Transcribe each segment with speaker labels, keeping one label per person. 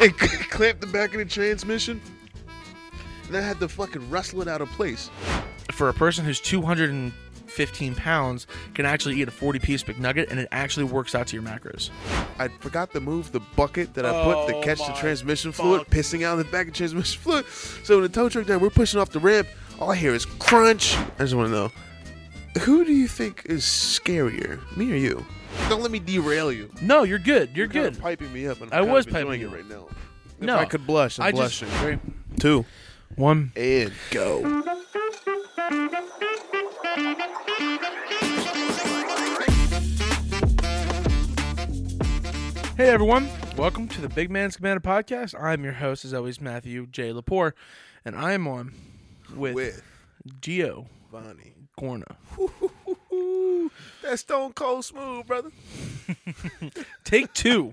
Speaker 1: and clamped the back of the transmission. And I had to fucking wrestle it out of place.
Speaker 2: for a person who's 215 pounds can actually eat a 40 piece McNugget and it actually works out to your macros.
Speaker 1: I forgot to move the bucket that I put to
Speaker 2: Oh
Speaker 1: catch the
Speaker 2: my
Speaker 1: transmission fluid,
Speaker 2: fuck.
Speaker 1: pissing out the back of transmission fluid. So when the tow truck down, we're pushing off the ramp. All I hear is crunch. I just want to know, who do you think is scarier, me or you? Don't let me derail you.
Speaker 2: No, you're good. You're
Speaker 1: You're kinda
Speaker 2: good.
Speaker 1: piping me up, and
Speaker 2: I
Speaker 1: I'm kind
Speaker 2: was
Speaker 1: of enjoying
Speaker 2: piping you
Speaker 1: it right now. If
Speaker 2: No,
Speaker 1: I could blush, I'm
Speaker 2: I just-
Speaker 1: blushing. Two
Speaker 2: One.
Speaker 1: and go.
Speaker 2: Hey everyone, welcome to the Big Man's Commander podcast. I'm your host, as always, Matthew J. Lepore, and I am on with,
Speaker 1: With
Speaker 2: Gio
Speaker 1: Bonnie.
Speaker 2: Gorna.
Speaker 1: That's stone cold smooth, brother.
Speaker 2: Take two.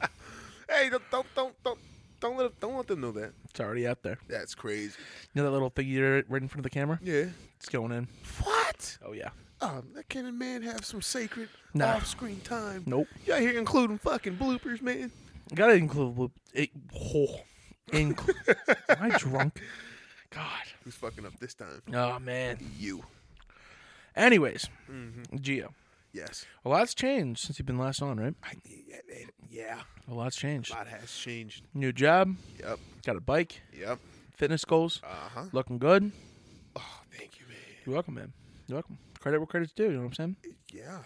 Speaker 1: Hey, don't don't don't don't don't let don't let them know that.
Speaker 2: it's already out there.
Speaker 1: That's crazy.
Speaker 2: You know that little thing you did right in front of the camera?
Speaker 1: Yeah.
Speaker 2: It's going in.
Speaker 1: What?
Speaker 2: Oh yeah.
Speaker 1: Um, can a man have some sacred
Speaker 2: Nah.
Speaker 1: off-screen time?
Speaker 2: Nope.
Speaker 1: Y'all here including fucking bloopers, man.
Speaker 2: Gotta include. bloop- It, oh, include. am I drunk? God.
Speaker 1: Who's fucking up this time?
Speaker 2: Oh man.
Speaker 1: You.
Speaker 2: Anyways, Geo,
Speaker 1: Yes.
Speaker 2: a lot's changed since you've been last on, right?
Speaker 1: I, yeah, it- yeah.
Speaker 2: A lot's changed.
Speaker 1: A lot has changed.
Speaker 2: New job,
Speaker 1: Yep.
Speaker 2: got a bike,
Speaker 1: Yep.
Speaker 2: fitness goals,
Speaker 1: Uh huh.
Speaker 2: looking good.
Speaker 1: Oh, thank you, man.
Speaker 2: You're welcome, man. You're welcome. Credit where credit's due. You know what I'm saying?
Speaker 1: Yeah.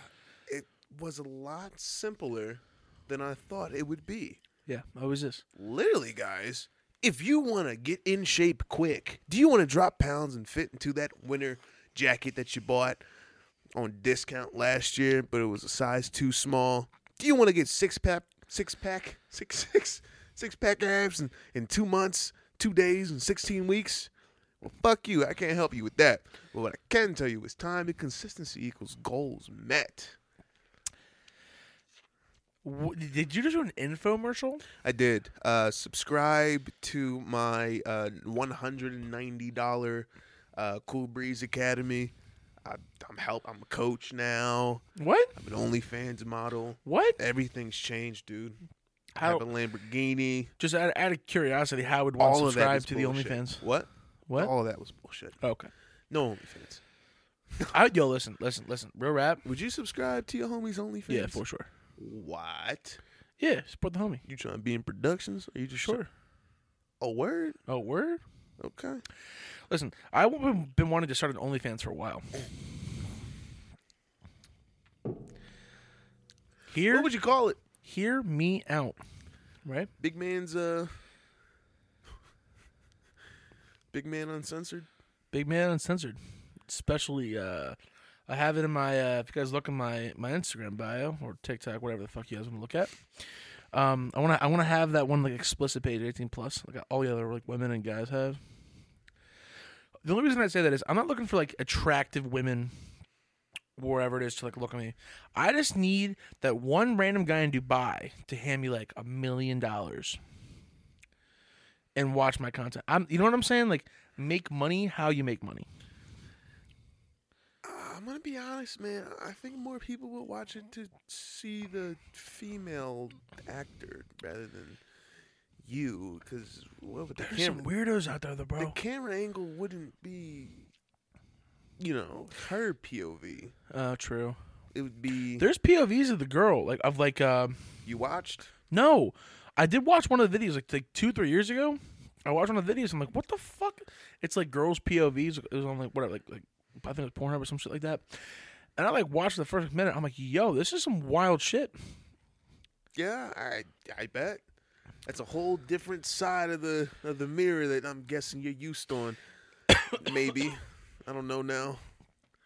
Speaker 1: It was a lot simpler than I thought it would be.
Speaker 2: Yeah. Always this.
Speaker 1: Literally, guys. If you want to get in shape quick, do you want to drop pounds and fit into that winter jacket that you bought on discount last year, but it was a size too small? Do you want to get six pack, six pack, six six six pack abs in, in two months, two days, and sixteen weeks? Well, fuck you. I can't help you with that. But what I can tell you is time and consistency equals goals met.
Speaker 2: W- did you just do an infomercial?
Speaker 1: I did. Uh, subscribe to my uh, $190 uh, Cool Breeze Academy. I, I'm help. I'm a coach now.
Speaker 2: What?
Speaker 1: I'm an OnlyFans model.
Speaker 2: What?
Speaker 1: Everything's changed, dude. I
Speaker 2: How-
Speaker 1: have a Lamborghini.
Speaker 2: Just out, out of curiosity, how would one
Speaker 1: All of that
Speaker 2: subscribe
Speaker 1: is
Speaker 2: to
Speaker 1: bullshit.
Speaker 2: the OnlyFans?
Speaker 1: What?
Speaker 2: What? Oh,
Speaker 1: All of that was bullshit.
Speaker 2: Okay.
Speaker 1: No OnlyFans.
Speaker 2: I, yo, listen, listen, listen. Real rap.
Speaker 1: Would you subscribe to your homie's OnlyFans?
Speaker 2: Yeah, for sure.
Speaker 1: What?
Speaker 2: Yeah, support the homie.
Speaker 1: You trying to be in productions? Or you just
Speaker 2: Sure.
Speaker 1: a word?
Speaker 2: Oh, word.
Speaker 1: Okay.
Speaker 2: Listen, I've been- been wanting to start an OnlyFans for a while. Hear,
Speaker 1: What would you call it?
Speaker 2: hear me out, right?
Speaker 1: Big man's uh Big man uncensored.
Speaker 2: Big Man Uncensored. Especially, uh, I have it in my, uh, if you guys look in my, my Instagram bio or TikTok, whatever the fuck you guys want to look at. Um, I want to I want to have that one like explicit page 18 plus like all the other like women and guys have. The only reason I say that is I'm not looking for like attractive women wherever it is to like look at me. I just need that one random guy in Dubai to hand me like a million dollars and watch my content. I'm you know what I'm saying? Like make money how you make money.
Speaker 1: Uh, I'm gonna be honest, man. I think more people will watch it to see the female actor rather than you, because what would the
Speaker 2: There's
Speaker 1: camera?
Speaker 2: some weirdos out there, though,
Speaker 1: the
Speaker 2: bro.
Speaker 1: camera angle wouldn't be, you know, her POV.
Speaker 2: Oh, true.
Speaker 1: It would be
Speaker 2: There's POVs of the girl, like of like. um
Speaker 1: you watched.
Speaker 2: no, I did watch one of the videos like, like two, three years ago. I watched one of the videos. I'm like, what the fuck? It's like girls POVs. It was on like whatever, like like I think it was Pornhub or some shit like that. And I like watched the first minute. I'm like, yo, this is some wild shit.
Speaker 1: Yeah, I I bet. That's a whole different side of the of the mirror that I'm guessing you're used on. Maybe. I don't know now.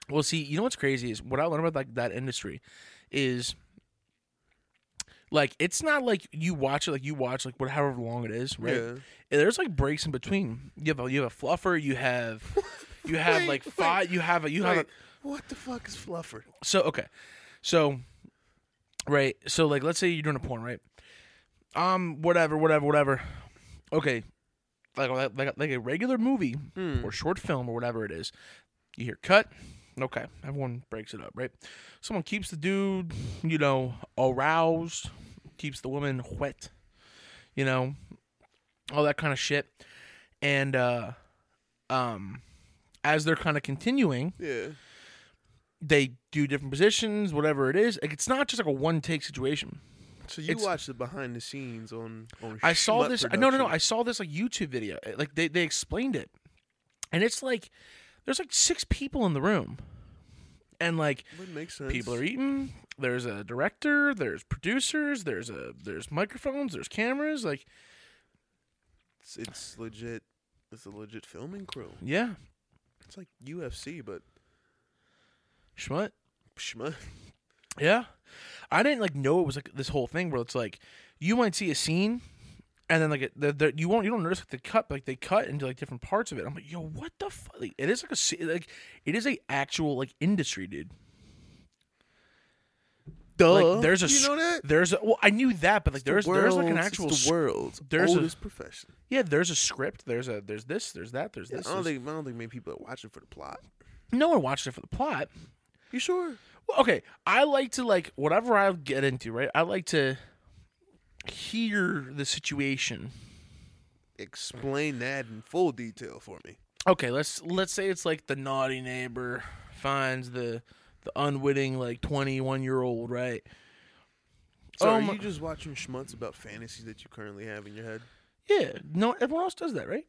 Speaker 2: Well, see, you know what's crazy is what I learned about like that industry is like it's not like you watch it like you watch like what however long it is, right?
Speaker 1: Yeah.
Speaker 2: And there's like breaks in between. You have a you have a fluffer, you have you have
Speaker 1: Wait,
Speaker 2: like
Speaker 1: wait,
Speaker 2: five you have a you have a
Speaker 1: Wait, what the fuck is fluffer?
Speaker 2: so okay. So right, so like let's say you're doing a porn, right? Um, whatever, whatever, whatever. Okay. Like like like a regular movie or short film or whatever it is. You hear cut. Okay. Everyone breaks it up, right? Someone keeps the dude, you know, aroused, keeps the woman wet, you know, all that kind of shit. And uh, um, as they're kind of continuing,
Speaker 1: Yeah.
Speaker 2: they do different positions, whatever it is. Like, it's not just like a one take situation.
Speaker 1: So you
Speaker 2: It's-
Speaker 1: watched the behind the scenes on on.
Speaker 2: I saw
Speaker 1: Schmutt
Speaker 2: this. No, no, no.
Speaker 1: production.
Speaker 2: I saw this like YouTube video. It- Like they, they explained it, and it's like there's like six people in the room, and like
Speaker 1: Would make sense.
Speaker 2: people are eating. There's a director. There's producers. There's a there's microphones. There's cameras. Like
Speaker 1: It's, it's legit. It's a legit filming crew.
Speaker 2: yeah,
Speaker 1: It's like UFC, but
Speaker 2: schmutt.
Speaker 1: schmuck.
Speaker 2: Yeah, I didn't like know it was like this whole thing where it's like you might see a scene, and then like it- the, the, you won't you don't notice like the cut like they cut into like different parts of it. I'm like, yo, what the fuck? Like, it is like a se- like it is a actual like industry, dude.
Speaker 1: Duh.
Speaker 2: Like there's a
Speaker 1: you
Speaker 2: s-
Speaker 1: know that?
Speaker 2: there's a, well I knew that, but like there's there's like an
Speaker 1: world's-
Speaker 2: actual
Speaker 1: it's
Speaker 2: s-
Speaker 1: the world's
Speaker 2: there's a-
Speaker 1: oldest profession.
Speaker 2: yeah there's a script there's a there's this there's that there's
Speaker 1: Yeah,
Speaker 2: this.
Speaker 1: I don't
Speaker 2: there's-
Speaker 1: think I don't think many people are watching for the plot.
Speaker 2: no one watched it for the plot.
Speaker 1: You sure?
Speaker 2: Well, okay, I like to like whatever I get into, right? I like to hear the situation
Speaker 1: Explain that in full detail for me.
Speaker 2: okay let's let's say it's like the naughty neighbor finds the the unwitting like 21 year old right
Speaker 1: So
Speaker 2: Oh
Speaker 1: are
Speaker 2: my-
Speaker 1: you just watching schmutz about fantasies that you currently have in your head?
Speaker 2: yeah no everyone else does that right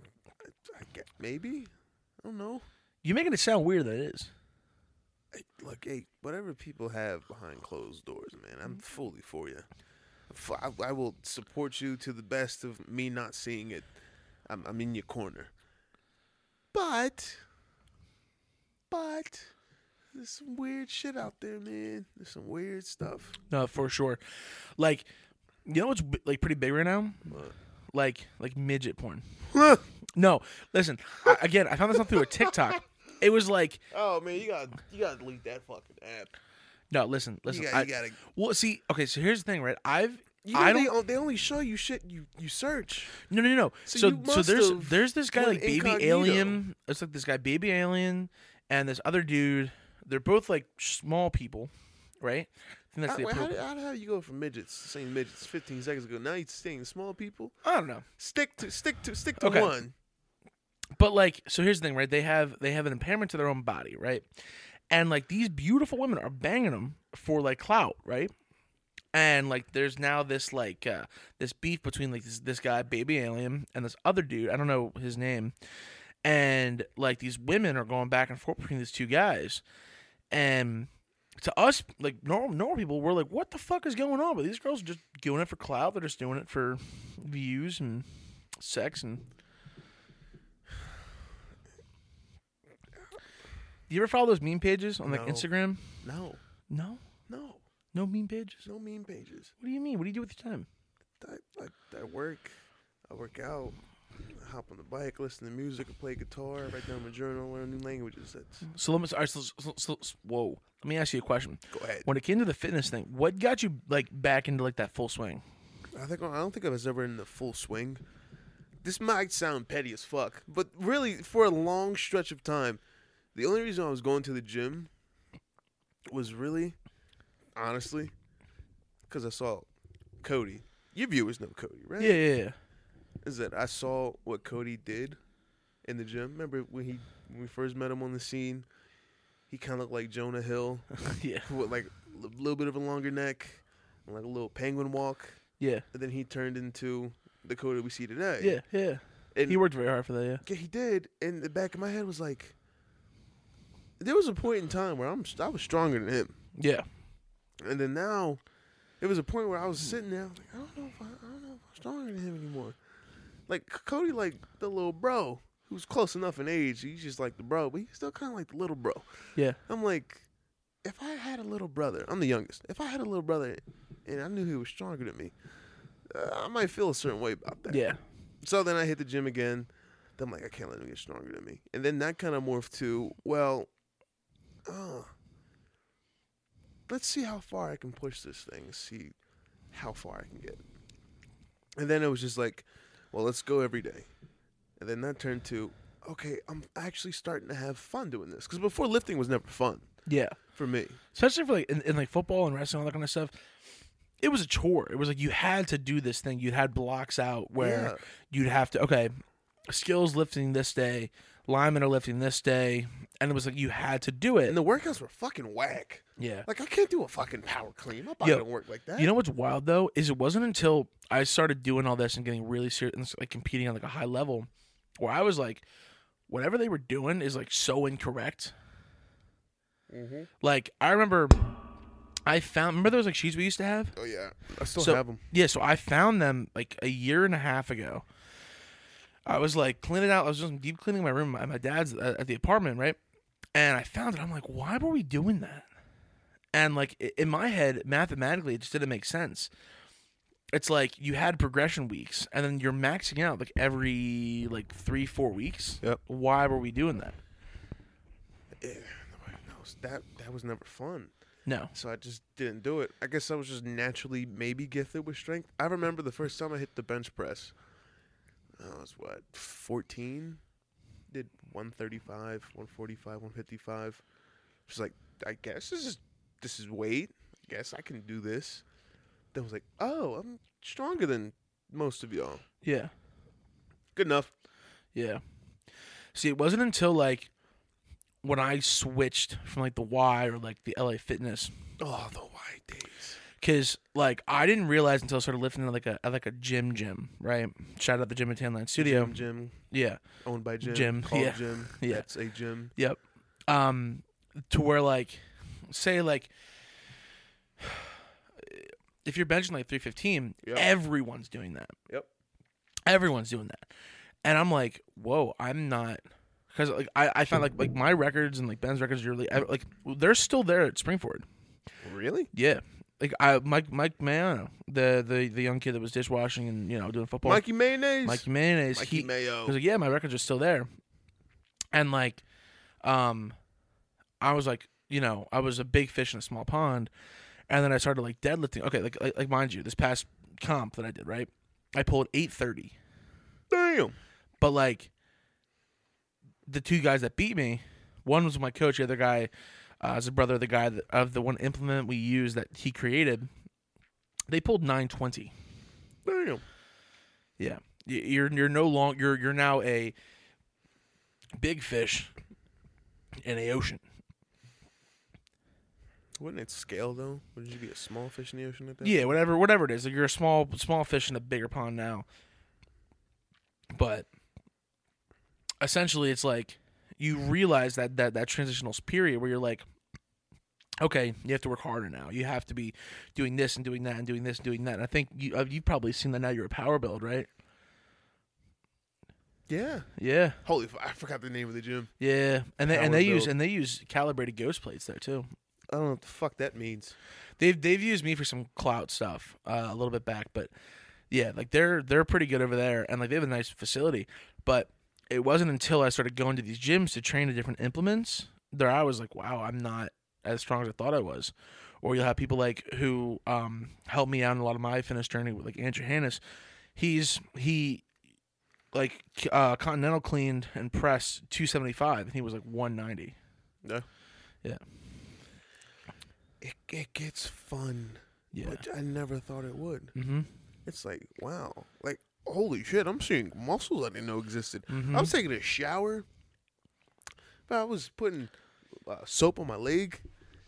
Speaker 1: I guess, maybe. I don't know.
Speaker 2: you're making it sound weird that it is
Speaker 1: Hey, look, hey, whatever people have behind closed doors, man, I'm fully for you. I, I will support you to the best of me not seeing it. I'm, I'm in your corner. But, but, there's some weird shit out there, man. There's some weird stuff.
Speaker 2: no for sure like you know what's b- like pretty big right now
Speaker 1: What?
Speaker 2: like like midget porn
Speaker 1: oh
Speaker 2: no listen I, again i found this out through a tiktok it was like
Speaker 1: Oh, man, you gotta you gotta delete that fucking app.
Speaker 2: no listen listen
Speaker 1: got-
Speaker 2: I,
Speaker 1: you gotta-
Speaker 2: well see okay so here's the thing right i've
Speaker 1: You know,
Speaker 2: I don't
Speaker 1: they, on- they only show you shit you you search.
Speaker 2: No, no, no.
Speaker 1: So
Speaker 2: So, so,
Speaker 1: you must
Speaker 2: there's
Speaker 1: have
Speaker 2: there's this guy
Speaker 1: went
Speaker 2: like baby
Speaker 1: incognito.
Speaker 2: alien. It's like this guy baby alien and this other dude. They're both like small people, right? I think that's
Speaker 1: How,
Speaker 2: the
Speaker 1: Uh, wait, how,
Speaker 2: appropriate-
Speaker 1: do- how, do- how do you go from midgets saying midgets 15 seconds ago? Now you're saying small people.
Speaker 2: I don't know.
Speaker 1: Stick to stick to stick to
Speaker 2: Okay.
Speaker 1: one.
Speaker 2: But like, so here's the thing, right? They have they have an impairment to their own body, right? And like these beautiful women are banging them for like clout, right? And like, there's now this like uh, this beef between like this this guy baby alien and this other dude. I don't know his name. And like these women are going back and forth between these two guys, and to us like normal normal people, we're like, what the fuck is going on? But these girls are just doing it for clout. They're just doing it for views and sex and Do you ever follow those meme pages on like
Speaker 1: No.
Speaker 2: Instagram?
Speaker 1: No,
Speaker 2: No,
Speaker 1: no,
Speaker 2: no meme pages.
Speaker 1: no meme pages.
Speaker 2: What do you mean? What do you do with your time?
Speaker 1: I, I, I work, I work out, I hop on the bike, listen to music, I play guitar, I write down my journal, learn new languages. That's
Speaker 2: So let me. All right, so, so, so, so- whoa. Let me ask you a question.
Speaker 1: go ahead.
Speaker 2: When it came to the fitness thing, what got you like back into like that full swing?
Speaker 1: I think I don't think I was ever in the full swing. This might sound petty as fuck, but really, for a long stretch of time, the only reason I was going to the gym was really, honestly, because I saw Cody. Your viewers know Cody, right?
Speaker 2: Yeah, yeah, yeah.
Speaker 1: Is that I saw what Cody did in the gym. Remember when he when we first met him on the scene? He kind of looked like Jonah Hill,
Speaker 2: yeah,
Speaker 1: with like a little bit of a longer neck, and like a little penguin walk
Speaker 2: yeah,
Speaker 1: and then he turned into the Coda we see today.
Speaker 2: yeah, yeah.
Speaker 1: and
Speaker 2: He worked very hard for that. Yeah.
Speaker 1: yeah, he did. And the back of my head was like, there was a point in time where I'm I was stronger than him,
Speaker 2: Yeah.
Speaker 1: and then now, it was a point where I was sitting there, I was like, I don't know if I, I don't know if I'm stronger than him anymore. Like Cody, like the little bro who's close enough in age, he's just like the bro, but he's still kind of like the little bro.
Speaker 2: Yeah.
Speaker 1: I'm like, if I had a little brother, I'm the youngest. If I had a little brother, and I knew he was stronger than me, uh, I might feel a certain way about that.
Speaker 2: Yeah.
Speaker 1: So then I hit the gym again. Then I'm like, I can't let him get stronger than me. And then that kind of morphed to, well, uh, let's see how far I can push this thing, see how far I can get. And then it was just like, well, let's go every day. And then that turned to, okay, I'm actually starting to have fun doing this. Because before lifting was never fun
Speaker 2: Yeah.
Speaker 1: for me.
Speaker 2: Especially for like in, in like football and wrestling, all that kind of stuff. it was a chore. It was like you had to do this thing. You had blocks out where you'd have to okay, skills lifting this day, linemen are lifting this day, and it was like you had to do it.
Speaker 1: And the workouts were fucking whack.
Speaker 2: yeah.
Speaker 1: Like I can't do a fucking power clean. My body
Speaker 2: Yo,
Speaker 1: don't work like that.
Speaker 2: You know what's wild though is it wasn't until I started doing all this and getting really serious and like competing on like a high level where I was like whatever they were doing is like so incorrect.
Speaker 1: hmm
Speaker 2: Like I remember I found remember those like sheets we used to have?
Speaker 1: Oh yeah, I still
Speaker 2: So-
Speaker 1: have them.
Speaker 2: Yeah, so I found them like a year and a half ago. I was like cleaning out. I was just deep cleaning my room at my dad's uh, at at the apartment, right? And I found it. I'm like, why were we doing that? And like i- in my head, mathematically, it just didn't make sense. It's like you had progression weeks, and then you're maxing out like every like three, four weeks.
Speaker 1: Yep.
Speaker 2: Why were we doing that?
Speaker 1: Yeah, nobody knows. That that was never fun.
Speaker 2: No.
Speaker 1: So I just didn't do it. I guess I was just naturally maybe gifted with strength. I remember the first time I hit the bench press. I was what, 14? Did 135, 145, 155. Just like, I guess this is this is weight. I guess I can do this. Then I was like, "Oh, I'm stronger than most of y'all."
Speaker 2: Yeah.
Speaker 1: Good enough.
Speaker 2: Yeah. See, it wasn't until like when I switched from like the Y or like the LA Fitness,
Speaker 1: Oh, the white days.
Speaker 2: because like I didn't realize until I started lifting at like a at like a gym gym, right? Shout out the gym at Tanline Studio.
Speaker 1: Gym, gym
Speaker 2: Yeah.
Speaker 1: owned by Jim.
Speaker 2: Gym,
Speaker 1: called
Speaker 2: yeah.
Speaker 1: Jim.
Speaker 2: Yeah.
Speaker 1: That's a gym.
Speaker 2: Yep. Um, to where like, say like, if you're benching like 315,
Speaker 1: Yep.
Speaker 2: everyone's doing that.
Speaker 1: Yep.
Speaker 2: Everyone's doing that, and I'm like, whoa, I'm not. Because like I, I found like like my records and like Ben's records are really like they're still there at Springford.
Speaker 1: Really?
Speaker 2: Yeah, like I Mike Mike Mayano, the the the young kid that was dishwashing and you know doing football.
Speaker 1: Mikey Mayonnaise.
Speaker 2: Mikey Mayonnaise.
Speaker 1: Mikey
Speaker 2: he,
Speaker 1: Mayo.
Speaker 2: I was like, yeah, my records are still there. And like, um, I was like, you know, I was a big fish in a small pond, and then I started like deadlifting. Okay, like like, like mind you, this past comp that I did, right? I pulled eight thirty,
Speaker 1: Damn.
Speaker 2: but like, the two guys that beat me, one was my coach, the other guy uh, is a brother of the guy that, of the one implement we used that he created. They pulled nine twenty.
Speaker 1: Damn.
Speaker 2: Yeah, Y- you're you're no long you're you're now a big fish in a ocean.
Speaker 1: Wouldn't it scale though? Wouldn't you be a small fish in the ocean at that?
Speaker 2: Yeah, whatever whatever it is, like you're a small small fish in a bigger pond now. But essentially, it's like you realize that that that transitional period where you're like. Okay, you have to work harder now. You have to be doing this and doing that and doing this and doing that. And I think you, uh, you've probably seen that now. You're a power build, right?
Speaker 1: Yeah.
Speaker 2: Yeah,
Speaker 1: Holy, f- I forgot the name of the gym.
Speaker 2: yeah. And they
Speaker 1: Power
Speaker 2: and they use
Speaker 1: build.
Speaker 2: and they use calibrated ghost plates there too.
Speaker 1: I don't know what the fuck that means.
Speaker 2: They've they've used me for some clout stuff uh, a little bit back, but yeah, like they're they're pretty good over there, and like they have a nice facility. But it wasn't until I started going to these gyms to train to different implements that I was like, wow, I'm not as strong as I thought I was. Or you'll have people like who um, helped me out in a lot of my fitness journey with like Andrew Hannes. He's he like c- uh, continental cleaned and pressed 275, and he was like 190.
Speaker 1: No.
Speaker 2: Yeah.
Speaker 1: It it gets fun,
Speaker 2: Yeah.
Speaker 1: which I never thought it would.
Speaker 2: Mm-hmm.
Speaker 1: It's like wow, like holy shit, I'm seeing muscles I didn't know existed.
Speaker 2: Mhm.
Speaker 1: I was taking a shower, but I was putting uh, soap on my leg,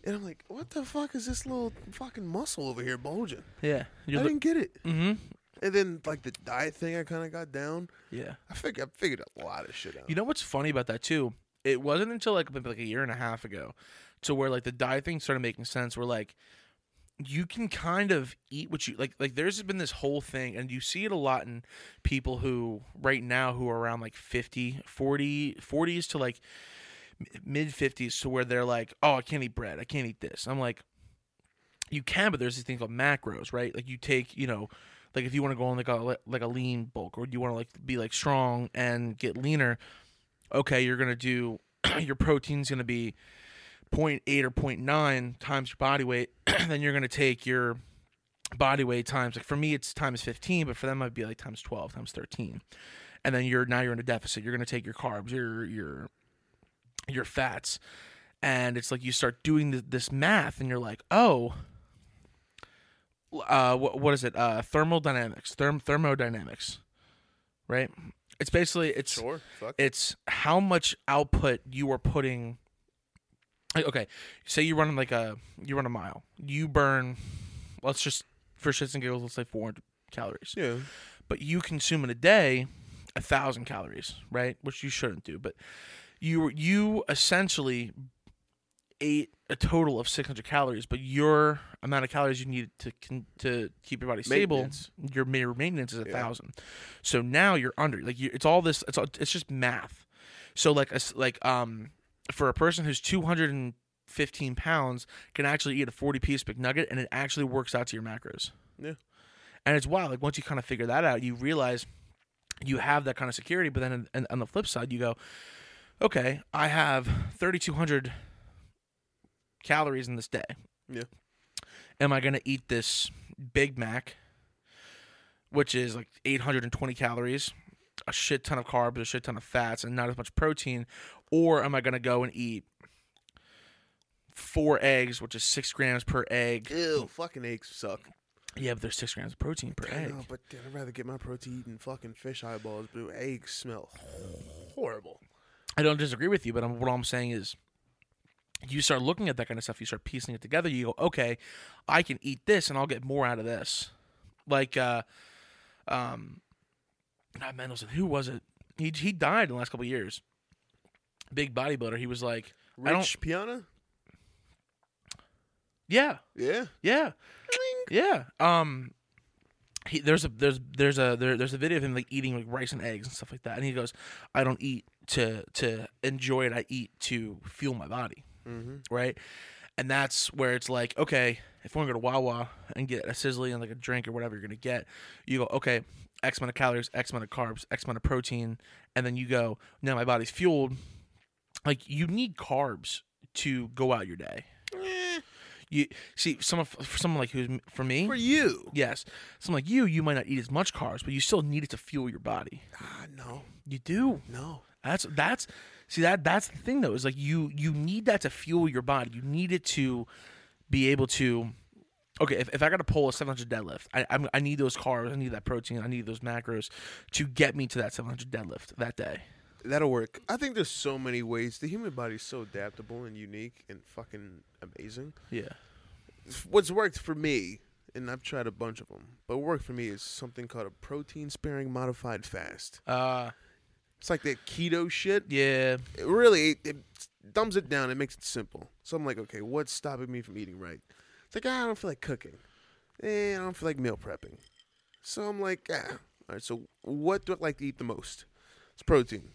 Speaker 1: and I'm like, what the fuck is this little fucking muscle over here bulging?
Speaker 2: Yeah. You're
Speaker 1: I
Speaker 2: li-
Speaker 1: didn't get it.
Speaker 2: mm-hmm.
Speaker 1: And then like the diet thing, I kind of got down.
Speaker 2: Yeah.
Speaker 1: I figured I figured a lot of shit out.
Speaker 2: You know what's funny about that too? It wasn't until like maybe like a year and a half ago to where like the diet thing started making sense where like you can kind of eat what you like like there's been this whole thing and you see it a lot in people who right now who are around like 50 40 40s to like m- mid 50s to where they're like oh i can't eat bread i can't eat this i'm like you can but there's this thing called macros right like you take you know like if you want to go on like a le- like a lean bulk or you want to like be like strong and get leaner okay you're gonna do your protein's gonna be 0.8 or 0.9 times your body weight then you're gonna take your body weight times like for me it's times 15 but for them it'd be like times 12 times 13 and then you're now you're in a deficit you're gonna take your carbs your your your fats and it's like you start doing th- this math and you're like oh uh, what, what is it? Uh, thermodynamics, therm thermodynamics, right? It's basically it's
Speaker 1: Sure. Fuck.
Speaker 2: it's how much output you are putting. like, Okay, say you run like a you run a mile, you burn. Let's just for shits and giggles, let's say 400 calories
Speaker 1: yeah.
Speaker 2: but you consume in a day a thousand calories, right? Which you shouldn't do, but you you essentially ate a total of 600 calories, but your amount of calories you needed to con- to keep your body stable,
Speaker 1: Maintenance.
Speaker 2: your mere maintenance is a
Speaker 1: Yeah.
Speaker 2: thousand. So now you're under like you, it's all this it's all, it's just math. So like a s like um for a person who's 215 pounds can actually eat a 40 piece McNugget and it actually works out to your macros.
Speaker 1: Yeah.
Speaker 2: And it's wild. Like once you kind of figure that out, you realize you have that kind of security. But then on, on the flip side, you go, okay, I have 3,200 calories in this day.
Speaker 1: Yeah.
Speaker 2: Am I going to eat this Big Mac, which is like 820 calories, a shit ton of carbs, a shit ton of fats, and not as much protein? Or am I going to go and eat four eggs, which is six grams per egg?
Speaker 1: Ew. Fucking eggs suck.
Speaker 2: Yeah, but there's six grams of protein per
Speaker 1: I
Speaker 2: egg.
Speaker 1: know, but dude, I'd rather get my protein eating fucking fish eyeballs. But eggs smell horrible.
Speaker 2: I don't disagree with you, but I'm, what I'm saying is, you start looking at that kind of stuff, you start piecing it together. You go, okay, I can eat this, and I'll get more out of this. Like, uh, um, not Mendelsohn. Who was it? He he died in the last couple of years. Big bodybuilder. He was like, I don't-
Speaker 1: Rich Piana.
Speaker 2: yeah,
Speaker 1: Yeah.
Speaker 2: yeah, yeah. Um, he there's a there's there's a there, there's a video of him like eating like rice and eggs and stuff like that, and he goes, I don't eat to to enjoy it. I eat to fuel my body.
Speaker 1: Mm-hmm.
Speaker 2: right? And that's where it's like, okay, if we're gonna go to Wawa and get a sizzly and like a drink or whatever you're gonna get, you go, okay, X amount of calories, X amount of carbs, X amount of protein, and then you go, now my body's fueled. Like you need carbs to go out your day.
Speaker 1: Mm-hmm. Eh.
Speaker 2: You see, someone for someone like who's for me,
Speaker 1: For you.
Speaker 2: yes, someone like you, you might not eat as much carbs, but you still need it to fuel your body.
Speaker 1: Ah, no.
Speaker 2: You do.
Speaker 1: No.
Speaker 2: That's that's see that that's the thing though is like you you need that to fuel your body. You need it to be able to. Okay, if, if I got to pull a 700 deadlift, I I'm, I need those carbs, I need that protein, I need those macros to get me to that 700 deadlift that day.
Speaker 1: That'll work. I think there's so many ways. The human body's so adaptable and unique and fucking amazing.
Speaker 2: Yeah.
Speaker 1: What's worked for me, and I've tried a bunch of them, but what worked for me is something called a protein sparing modified fast.
Speaker 2: Uh.
Speaker 1: It's like that keto shit.
Speaker 2: Yeah.
Speaker 1: It really, it, it dumbs it down. It makes it simple. So I'm like, okay, what's stopping me from eating right? It's like, ah, I don't feel like cooking. Eh, I don't feel like meal prepping. So I'm like, ah, all right. So what do I like to eat the most? It's protein.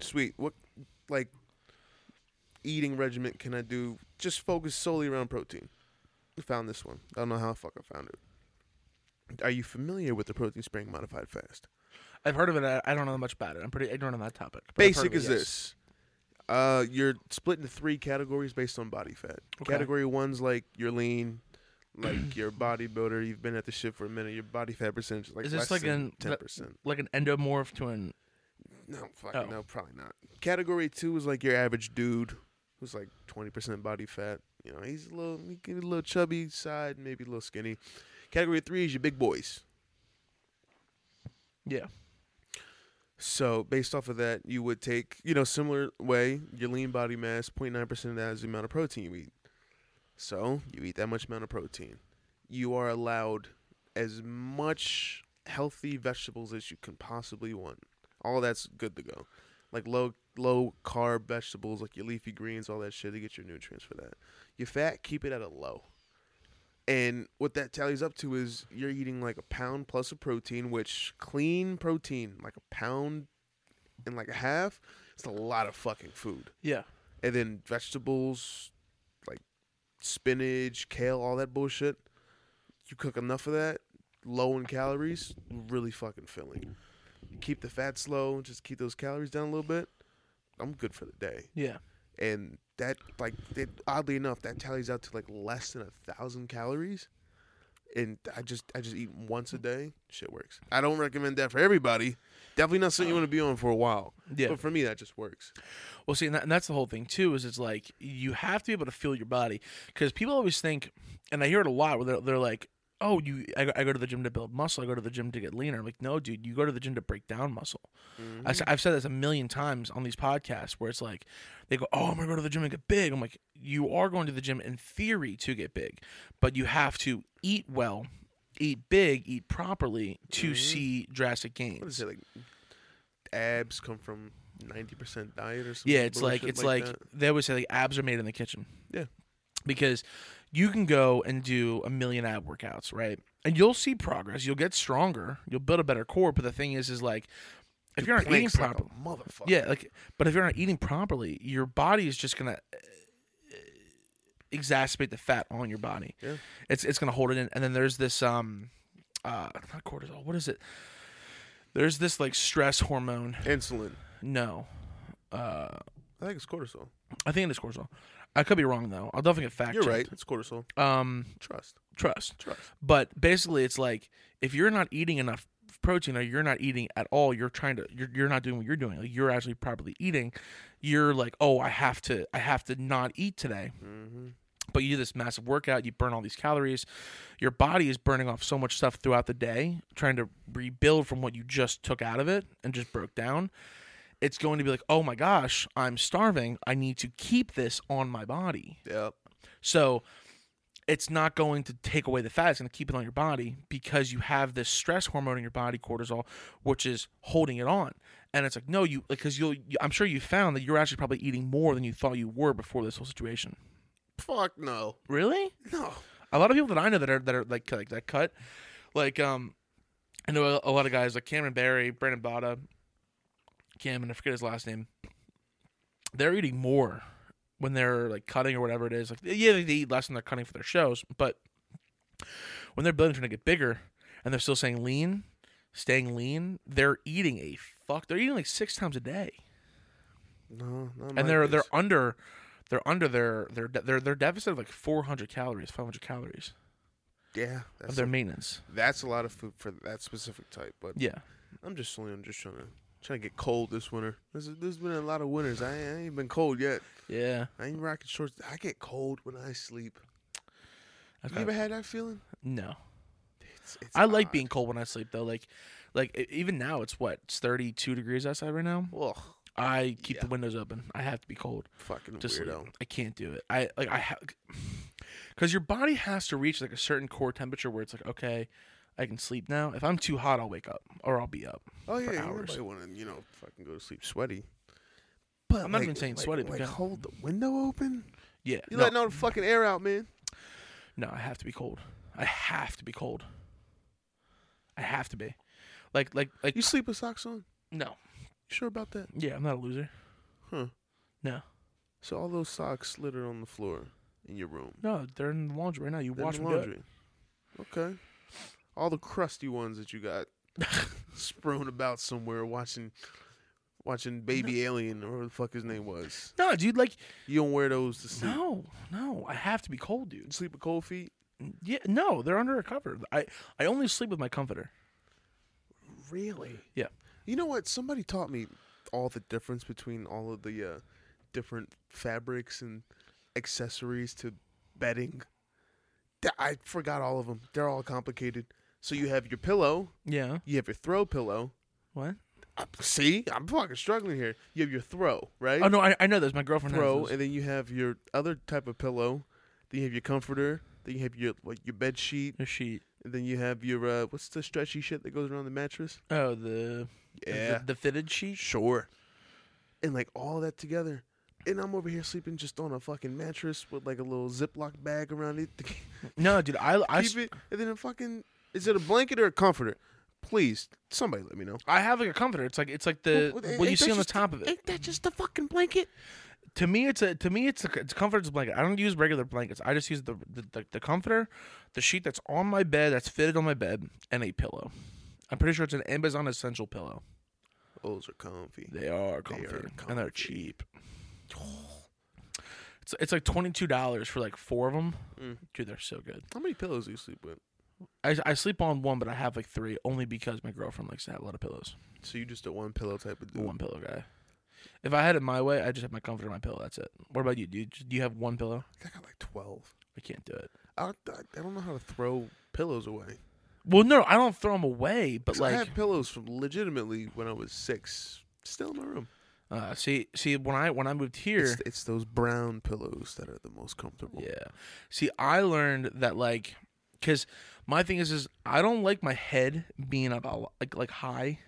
Speaker 1: Sweet. What like eating regimen can I do? Just focus solely around protein. I found this one. I don't know how the fuck I found it. Are you familiar with the protein sparing modified fast?
Speaker 2: I've heard of it. I, I don't know much about it. I'm pretty ignorant on that topic. but I've heard
Speaker 1: Basic
Speaker 2: of it,
Speaker 1: is
Speaker 2: yes.
Speaker 1: this. Uh, you're split into three categories based on body fat.
Speaker 2: Okay.
Speaker 1: Category one's like you're lean, like you're a bodybuilder. You've been at the shit for a minute. Your body fat percentage is like
Speaker 2: Is
Speaker 1: less
Speaker 2: this like
Speaker 1: than
Speaker 2: an
Speaker 1: ten percent.
Speaker 2: like an endomorph to an?
Speaker 1: No, fucking
Speaker 2: Oh.
Speaker 1: no, probably not. Category two is like your average dude who's like twenty percent body fat. You know, he's a little he can be a little chubby side, maybe a little skinny. Category three is your big boys.
Speaker 2: Yeah.
Speaker 1: So based off of that, you would take, you know, similar way, your lean body mass, 0.9% of that is the amount of protein you eat. So you eat that much amount of protein. You are allowed as much healthy vegetables as you can possibly want. All that's good to go. Like low low carb vegetables, like your leafy greens, all that shit to get your nutrients for that. Your fat, keep it at a low. And what that tallies up to is you're eating like a pound plus of protein, which clean protein, like a pound and like a half, it's a lot of fucking food.
Speaker 2: Yeah.
Speaker 1: And then vegetables, like spinach, kale, all that bullshit. You cook enough of that, low in calories, really fucking filling. Keep the fats low, just keep those calories down a little bit. I'm good for the day
Speaker 2: Yeah.
Speaker 1: and that like it, oddly enough that tallies out to like less than a thousand calories and i just i just eat once a day shit works i don't recommend that for everybody definitely not something you want to be on for a while
Speaker 2: Yeah.
Speaker 1: but for me that just works
Speaker 2: Well, see, and, that, and that's the whole thing too. Is it's like you have to be able to feel your body because people always think, and I hear it a lot, where they're, they're like, oh, you, I, go- I go to the gym to build muscle. I go to the gym to get leaner. I'm like, no, dude, you go to the gym to break down muscle. I,
Speaker 1: Mm.
Speaker 2: have said this a million times on these podcasts where it's like, they go, oh, I'm going to go to the gym and get big. I'm like, you are going to the gym in theory to get big, but you have to eat well, eat big, eat properly to see drastic
Speaker 1: Mm. What is
Speaker 2: gains.
Speaker 1: it like? Abs come from ninety percent diet or something.
Speaker 2: Yeah, it's like it's like, they always say like abs are made in the kitchen.
Speaker 1: Yeah.
Speaker 2: Because you can go and do a million ab workouts, right? And you'll see progress. You'll get stronger. You'll build a better core. But the thing is, is like if you're not eating properly,
Speaker 1: motherfucker.
Speaker 2: yeah, like but if you're not eating properly, your body is just gonna uh, exacerbate the fat on your body.
Speaker 1: Yeah.
Speaker 2: It's it's gonna hold it in, and then there's this um, uh, not cortisol. What is it? There's this like stress hormone.
Speaker 1: insulin.
Speaker 2: No. Uh,
Speaker 1: I think it's cortisol.
Speaker 2: I think it is cortisol. I could be wrong though. I'll definitely get fact.
Speaker 1: You're right. It's cortisol.
Speaker 2: Um,
Speaker 1: Trust.
Speaker 2: trust.
Speaker 1: Trust.
Speaker 2: But basically, it's like if you're not eating enough protein or you're not eating at all, you're trying to you're, you're not doing what you're doing. Like you're actually properly eating. You're like, oh, I have to I have to not eat today.
Speaker 1: Mm-hmm.
Speaker 2: But you do this massive workout, you burn all these calories. Your body is burning off so much stuff throughout the day, trying to rebuild from what you just took out of it and just broke down. It's going to be like, oh my gosh, I'm starving. I need to keep this on my body.
Speaker 1: Yep.
Speaker 2: So it's not going to take away the fat. It's going to keep it on your body because you have this stress hormone in your body, cortisol, which is holding it on. And it's like, no, you, because you'll, you, I'm sure you found that you're actually probably eating more than you thought you were before this whole situation.
Speaker 1: Fuck no.
Speaker 2: Really?
Speaker 1: No.
Speaker 2: A lot of people that I know that are, that are like, like that cut, like, um, I know a, a lot of guys like Cameron Barry, Brandon Botta, Cam, and I forget his last name. They're eating more when they're like cutting or whatever it is. Like, yeah, they, they eat less when they're cutting for their shows, but when they're building trying to get bigger and they're still saying lean, staying lean, they're eating a fuck. They're eating like six times a day,
Speaker 1: No. Not Oh my
Speaker 2: and they're they're
Speaker 1: case.
Speaker 2: under they're under their their de- their their deficit of like four hundred calories, five hundred calories
Speaker 1: yeah.
Speaker 2: of
Speaker 1: That's,
Speaker 2: their maintenance.
Speaker 1: that's a lot of food for that specific type. But
Speaker 2: Yeah,
Speaker 1: I'm just slowly. I'm just trying to trying to get cold this winter. There's, there's been a lot of winters. I, ain't- I ain't been cold yet.
Speaker 2: yeah.
Speaker 1: I ain't rocking shorts. I get cold when I sleep.
Speaker 2: That's
Speaker 1: You ever
Speaker 2: kinda-
Speaker 1: had that feeling?
Speaker 2: no.
Speaker 1: It's, it's
Speaker 2: I like
Speaker 1: odd.
Speaker 2: being cold when I sleep though. Like, like e- even now it's what it's thirty two degrees outside right now.
Speaker 1: Ugh,
Speaker 2: I keep the
Speaker 1: Yeah.
Speaker 2: windows open. I have to be cold
Speaker 1: fucking
Speaker 2: to sleep.
Speaker 1: weirdo.
Speaker 2: I can't do it. I like I have because your body has to reach like a certain core temperature where it's like okay, I can sleep now. If I'm too hot, I'll wake up or I'll be up.
Speaker 1: Oh yeah,
Speaker 2: hours.
Speaker 1: everybody want to you know fucking go to sleep sweaty. But
Speaker 2: I'm not
Speaker 1: like-
Speaker 2: even saying
Speaker 1: like-
Speaker 2: sweaty, but
Speaker 1: Like
Speaker 2: yeah.
Speaker 1: hold the window open.
Speaker 2: Yeah,
Speaker 1: You
Speaker 2: no,
Speaker 1: letting all the fucking air out, man.
Speaker 2: no, I have to be cold. I have to be cold. I have to be. Like, like, like.
Speaker 1: You sleep with socks on?
Speaker 2: no.
Speaker 1: You sure about that?
Speaker 2: Yeah, I'm not a loser.
Speaker 1: Huh?
Speaker 2: No.
Speaker 1: So all those socks slittered on the floor in your room.
Speaker 2: No, they're in the laundry right now. You
Speaker 1: They're in
Speaker 2: wash
Speaker 1: the
Speaker 2: them. do it.
Speaker 1: laundry. Okay. All the crusty ones that you got strewn about somewhere watching watching Baby Alien or whatever the fuck his name was.
Speaker 2: No, dude. Like,
Speaker 1: You don't wear those to sleep.
Speaker 2: no, no. I have to be cold, dude.
Speaker 1: You sleep with cold feet?
Speaker 2: Yeah, no, they're under a cover. I I only sleep with my comforter.
Speaker 1: Really?
Speaker 2: Yeah.
Speaker 1: You know what? Somebody taught me all the difference between all of the uh, different fabrics and accessories to bedding. Th- I forgot all of them. They're all complicated. So you have your pillow,
Speaker 2: Yeah.
Speaker 1: you have your throw pillow.
Speaker 2: What?
Speaker 1: Uh, See, I'm fucking struggling here. You have your throw, right?
Speaker 2: Oh no, I, I know this. My girlfriend
Speaker 1: throw,
Speaker 2: has this.
Speaker 1: and then you have your other type of pillow. Then you have your comforter. Then you have your like, your bed sheet.
Speaker 2: a sheet.
Speaker 1: And then you have your uh, what's the stretchy shit that goes around the mattress?
Speaker 2: Oh, the the- the, fitted sheet.
Speaker 1: Sure. And like all that together. And I'm over here sleeping just on a fucking mattress with like a little Ziploc bag around it to keep
Speaker 2: No, dude, I I, s-
Speaker 1: it. And then a fucking is it a blanket or a comforter? Please, somebody let me know.
Speaker 2: I have like a comforter. It's like it's like the
Speaker 1: Well, ain't
Speaker 2: what you see
Speaker 1: that
Speaker 2: on the
Speaker 1: just-
Speaker 2: top of it.
Speaker 1: Ain't that just a fucking blanket?
Speaker 2: To me, it's a to me it's a it's a comforter blanket. I don't use regular blankets. I just use the the, the the comforter, the sheet that's on my bed that's fitted on my bed, and a pillow. I'm pretty sure it's an Amazon essential pillow.
Speaker 1: Those are comfy.
Speaker 2: They are comfy,
Speaker 1: are
Speaker 2: and they're
Speaker 1: comfy.
Speaker 2: cheap. It's, it's like twenty two dollars for like four of them.
Speaker 1: Mm.
Speaker 2: Dude, they're so good.
Speaker 1: How many pillows do you sleep with?
Speaker 2: I, I sleep on one, but I have like three only because my girlfriend likes to have a lot of pillows.
Speaker 1: So you just a one pillow type of
Speaker 2: The
Speaker 1: dude.
Speaker 2: one pillow guy. If I had it my way, I just have my comforter, and my pillow. That's it. What about you? Do you, do you have one pillow?
Speaker 1: I got like twelve.
Speaker 2: I can't do it.
Speaker 1: I, I, I don't know how to throw pillows away.
Speaker 2: Well, no, I don't throw them away, but
Speaker 1: 'Cause I
Speaker 2: like,
Speaker 1: had pillows from legitimately when I was six, still in my room.
Speaker 2: uh, see, see, when I when I moved here,
Speaker 1: It's, it's those brown pillows that are the most comfortable.
Speaker 2: Yeah. See, I learned that like, cause my thing is is I don't like my head being up a lo- like like high,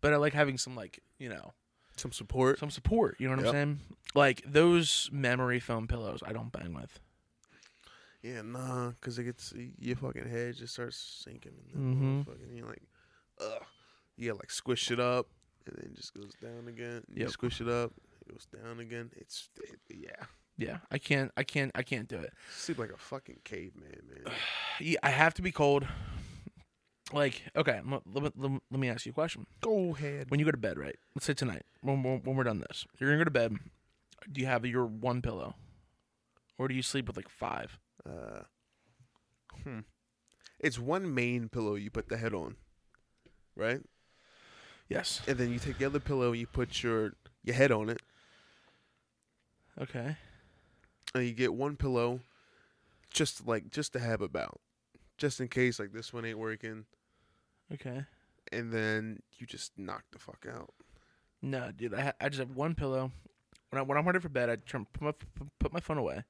Speaker 2: but I like having some like you know
Speaker 1: Some support.
Speaker 2: some support. You know what
Speaker 1: Yep.
Speaker 2: I'm saying? Like those memory foam pillows, I don't bang with.
Speaker 1: Yeah, nah, because it gets your fucking head just starts sinking,
Speaker 2: Mhm.
Speaker 1: and fucking you're like, ugh, you gotta like squish it up, and then it just goes down again. and You
Speaker 2: Yep.
Speaker 1: squish it up, it goes down again. It's it, yeah,
Speaker 2: Yeah, I can't, I can't, I can't do it.
Speaker 1: sleep like a fucking caveman, man.
Speaker 2: Yeah, I have to be cold. Like, okay, let, let, let, let me ask you a question.
Speaker 1: Go ahead.
Speaker 2: When you go to bed, right? Let's say tonight, when, when, when we're done this, you're gonna go to bed. Do you have your one pillow, or do you sleep with like five?
Speaker 1: Uh, hmm. It's one main pillow you put the head on, right?
Speaker 2: Yes.
Speaker 1: And then you take the other pillow and you put your your head on it,
Speaker 2: Okay.
Speaker 1: and you get one pillow, just like just to have about, just in case like this one ain't working.
Speaker 2: Okay.
Speaker 1: and then you just knock the fuck out.
Speaker 2: No, dude, I, ha- I just have one pillow. When I when I'm ready for bed, I turn put my p- put my phone away,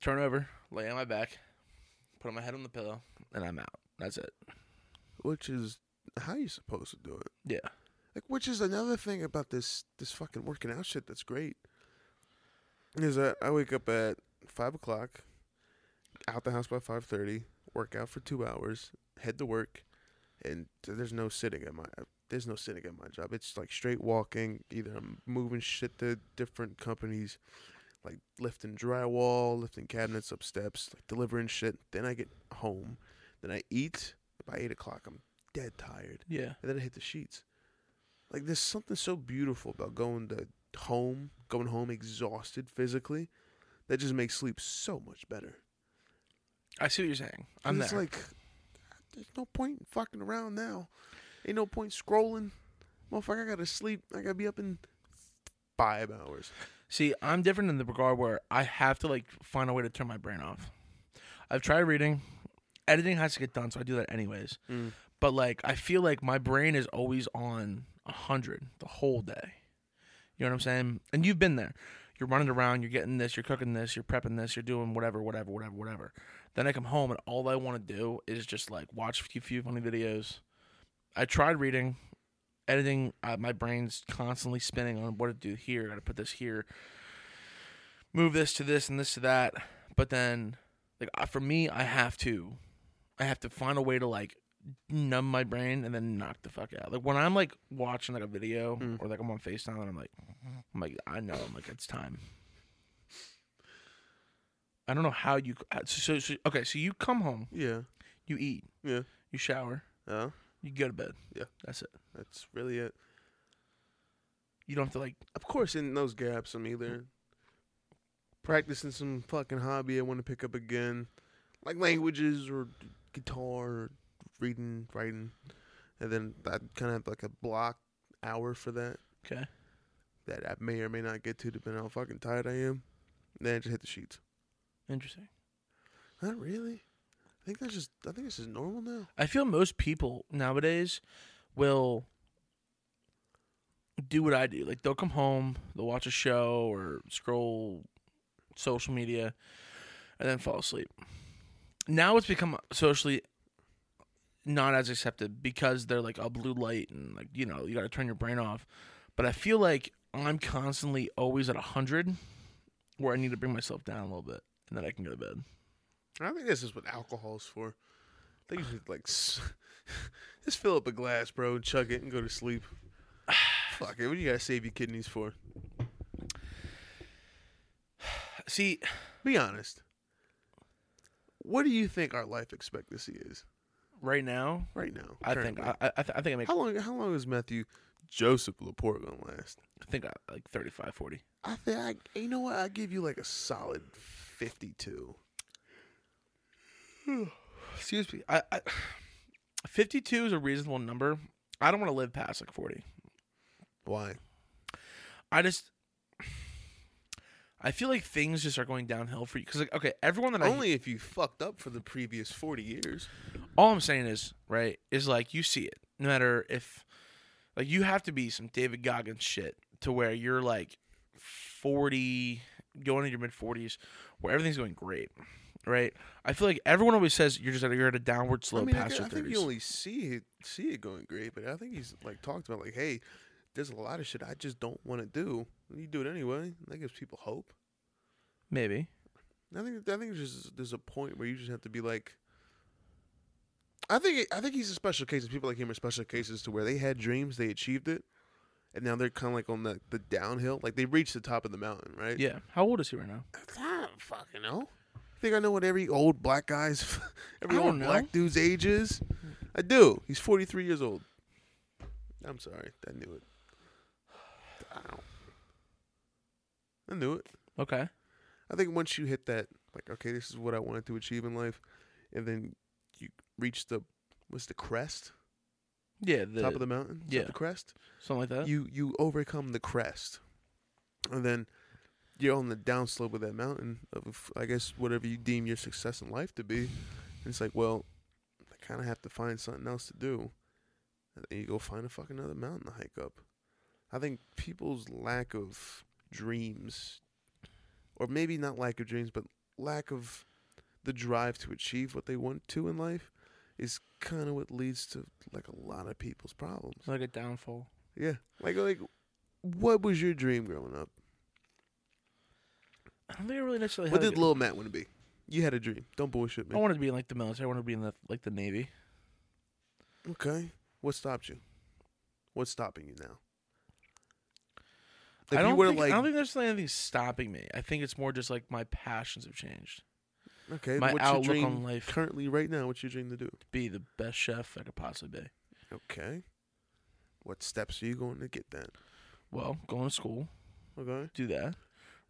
Speaker 2: turn over, lay on my back, put my head on the pillow, and I'm out. That's it.
Speaker 1: Which is how you supposed to do it.
Speaker 2: Yeah.
Speaker 1: Like which is another thing about this this fucking working out shit that's great. Is that I wake up at five o'clock, out the house by five thirty, work out for two hours, head to work, and th- there's no sitting at my there's no sitting at my job. It's like straight walking. Either I'm moving shit to different companies, like lifting drywall, lifting cabinets up steps, like delivering shit. Then I get home, then I eat. By eight o'clock, I'm dead tired
Speaker 2: Yeah.
Speaker 1: and then I hit the sheets. Like there's something so beautiful about going to home, going home exhausted physically, that just makes sleep so much better.
Speaker 2: I see what you're saying.
Speaker 1: 'Cause
Speaker 2: I'm
Speaker 1: it's
Speaker 2: there.
Speaker 1: like there's no point in fucking around now. Ain't no point scrolling. Motherfucker, I gotta sleep. I gotta be up in five hours.
Speaker 2: see, I'm different in the regard where I have to like find a way to turn my brain off. I've tried reading, editing has to get done, so I do that anyways. But like, I feel like my brain is always on hundred the whole day. You know what I'm saying? And you've been there. You're running around. You're getting this. You're cooking this. You're prepping this. You're doing whatever, whatever, whatever, whatever. Then I come home and all I want to do is just like watch a few, few funny videos. I tried reading, editing. Uh, my brain's constantly spinning on what to do here. Got to put this here. Move this to this and this to that. But then, like I- for me, I have to, I have to find a way to like numb my brain and then knock the fuck out. Like when I'm like watching like a video
Speaker 1: Mm.
Speaker 2: or like I'm on Facetime and I'm like, I'm like I know. I'm like it's time. I don't know how you. uh, So, so okay, so you come home,
Speaker 1: Yeah.
Speaker 2: you eat,
Speaker 1: Yeah.
Speaker 2: you shower,
Speaker 1: Uh,
Speaker 2: you go to bed.
Speaker 1: Yeah.
Speaker 2: that's it.
Speaker 1: that's really it.
Speaker 2: You don't have to like.
Speaker 1: Of course, in those gaps, I'm either practicing some fucking hobby I want to pick up again, like languages or guitar or reading, writing, and then I kind of have like a block hour for that
Speaker 2: Okay.
Speaker 1: that I may or may not get to depending on how fucking tired I am. And then I just hit the sheets.
Speaker 2: Interesting.
Speaker 1: Not really. I think that's just I think this is normal now.
Speaker 2: I feel most people nowadays will do what I do. Like they'll come home, they'll watch a show or scroll social media and then fall asleep. Now it's become socially not as accepted because they're like a blue light and like you know, you got to turn your brain off. But I feel like I'm constantly always at 100 where I need to bring myself down a little bit and then I can go to bed.
Speaker 1: I think this is what alcohol's for. I think you should like s- just fill up a glass, bro, and chug it and go to sleep. Fuck it. What do you gotta save your kidneys for?
Speaker 2: See,
Speaker 1: Be honest. What do you think our life expectancy is
Speaker 2: right now,
Speaker 1: right now?
Speaker 2: I think I,
Speaker 1: currently?
Speaker 2: I, I th- I think I make
Speaker 1: how long? How long is Matthew Joseph Laporte gonna last?
Speaker 2: I think I, like 35, 40.
Speaker 1: I think I. You know what? I give you like a solid fifty-two.
Speaker 2: Excuse me. I, I 52 is a reasonable number. I don't want to live past like 40.
Speaker 1: Why?
Speaker 2: I just I feel like things just are going downhill for you because like okay, everyone that I
Speaker 1: Only if you fucked up for the previous 40 years.
Speaker 2: all I'm saying is, right, is like you see it. No matter if like you have to be some David Goggins shit to where you're like forty going into your mid forties where everything's going great. Right? I feel like everyone always says you're just at you're at a downward slope
Speaker 1: I mean, I
Speaker 2: past
Speaker 1: g- I
Speaker 2: your
Speaker 1: think you
Speaker 2: thirties.
Speaker 1: only see it, see it going great, but I think he's like talked about like, hey, there's a lot of shit I just don't want to do. You do it anyway. and That gives people hope.
Speaker 2: Maybe.
Speaker 1: I think I think there's just, there's a point where you just have to be like. I think I think he's a special case. and People like him are special cases to where they had dreams, they achieved it, and now they're kind of like on the, the downhill. Like they reached the top of the mountain, right?
Speaker 2: Yeah. How old is he right now?
Speaker 1: I don't fucking know. You think I know what every old black guy's, every
Speaker 2: I
Speaker 1: old
Speaker 2: don't know.
Speaker 1: black dude's age is? I do. He's forty three years old. I'm sorry, I knew it. I don't. I knew it.
Speaker 2: Okay.
Speaker 1: I think once you hit that, like, okay, this is what I wanted to achieve in life, and then you reach the what's the crest,
Speaker 2: Yeah, the,
Speaker 1: top of the mountain, Is that
Speaker 2: yeah.
Speaker 1: the crest.
Speaker 2: something like that.
Speaker 1: You you overcome the crest, and then you're on the downslope of that mountain of, I guess, whatever you deem your success in life to be. And it's like, well, I kind of have to find something else to do, and then you go find a fucking other mountain to hike up. I think people's lack of dreams, or maybe not lack of dreams, but lack of the drive to achieve what they want to in life, is kind of what leads to like a lot of people's problems.
Speaker 2: It's like a downfall.
Speaker 1: Yeah. Like like what was your dream growing up?
Speaker 2: I don't think I really necessarily
Speaker 1: What
Speaker 2: had a
Speaker 1: did
Speaker 2: good-
Speaker 1: Lil Matt want to be? You had a dream. Don't bullshit
Speaker 2: I
Speaker 1: me.
Speaker 2: wanted to be in like the military. I wanted to be in the like the navy.
Speaker 1: Okay. What stopped you? What's stopping you now?
Speaker 2: I
Speaker 1: you
Speaker 2: don't
Speaker 1: would've,
Speaker 2: think, I don't think there's anything stopping me. I think it's more just like my passions have changed.
Speaker 1: okay,
Speaker 2: my
Speaker 1: what's
Speaker 2: outlook
Speaker 1: your dream
Speaker 2: on life.
Speaker 1: currently right now? What's your dream to do?
Speaker 2: Be the best chef I could possibly be.
Speaker 1: Okay. What steps are you going to get that?
Speaker 2: Well, going to school,
Speaker 1: Okay.
Speaker 2: do that.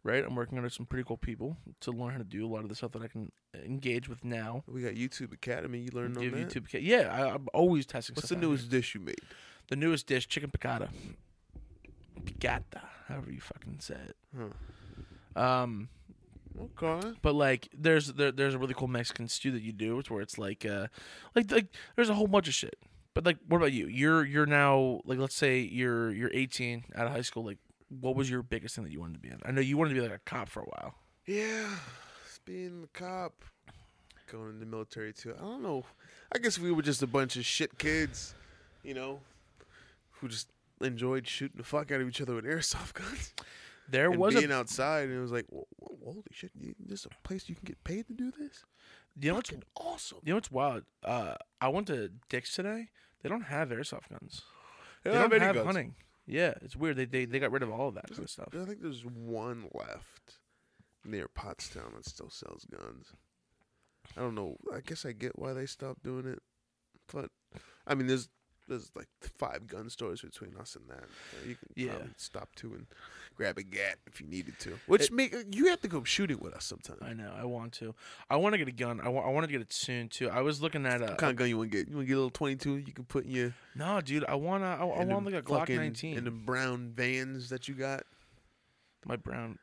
Speaker 2: Right, I'm working under some pretty cool people to learn how to do a lot of the stuff that I can engage with now.
Speaker 1: We got YouTube Academy. You learned on
Speaker 2: Give
Speaker 1: that.
Speaker 2: YouTube, ca- yeah, I, I'm always testing.
Speaker 1: What's the
Speaker 2: stuff out here.
Speaker 1: newest dish you made?
Speaker 2: The newest dish, chicken piccata, piccata, however you fucking say it.
Speaker 1: Huh. Hmm.
Speaker 2: Um,
Speaker 1: Okay.
Speaker 2: But like, there's there, there's a really cool Mexican stew that you do, it's where it's like, uh, like like there's a whole bunch of shit. But like, what about you? You're you're now like, let's say you're you're 18 out of high school. Like, what was your biggest thing that you wanted to be in? I know you wanted to be like a cop for a while.
Speaker 1: Yeah, it's being the cop, going in the military too. I don't know. I guess we were just a bunch of shit kids, you know, who just enjoyed shooting the fuck out of each other with airsoft guns
Speaker 2: There
Speaker 1: and
Speaker 2: was
Speaker 1: being
Speaker 2: a
Speaker 1: outside. And it was like, whoa, whoa, holy shit, you, this is a place you can get paid to do this?
Speaker 2: you know what's
Speaker 1: Fucking awesome.
Speaker 2: you know what's wild? Uh, I went to Dick's today. They don't have airsoft guns. They
Speaker 1: Yeah,
Speaker 2: don't
Speaker 1: many
Speaker 2: have
Speaker 1: guns.
Speaker 2: hunting. Yeah, it's weird. They they they got rid of all of that kind of stuff.
Speaker 1: I think there's one left near Pottstown that still sells guns. I don't know. I guess I get why they stopped doing it, but I mean, there's there's like five gun stores between us and that. So you can
Speaker 2: Yeah.
Speaker 1: probably stop to and grab a gat if you needed to. Which make you have to go shooting with us sometime.
Speaker 2: I know. I want to. I want to get a gun. I, wa- I wanted to get it soon too. I was looking at a,
Speaker 1: what kind of gun you want to get? You want to get a little twenty two? You can put in your
Speaker 2: No, dude, I wanna. I, Oh, I
Speaker 1: in
Speaker 2: want
Speaker 1: them
Speaker 2: like a Glock
Speaker 1: fucking-
Speaker 2: 19.
Speaker 1: in the brown vans that you got.
Speaker 2: My brown.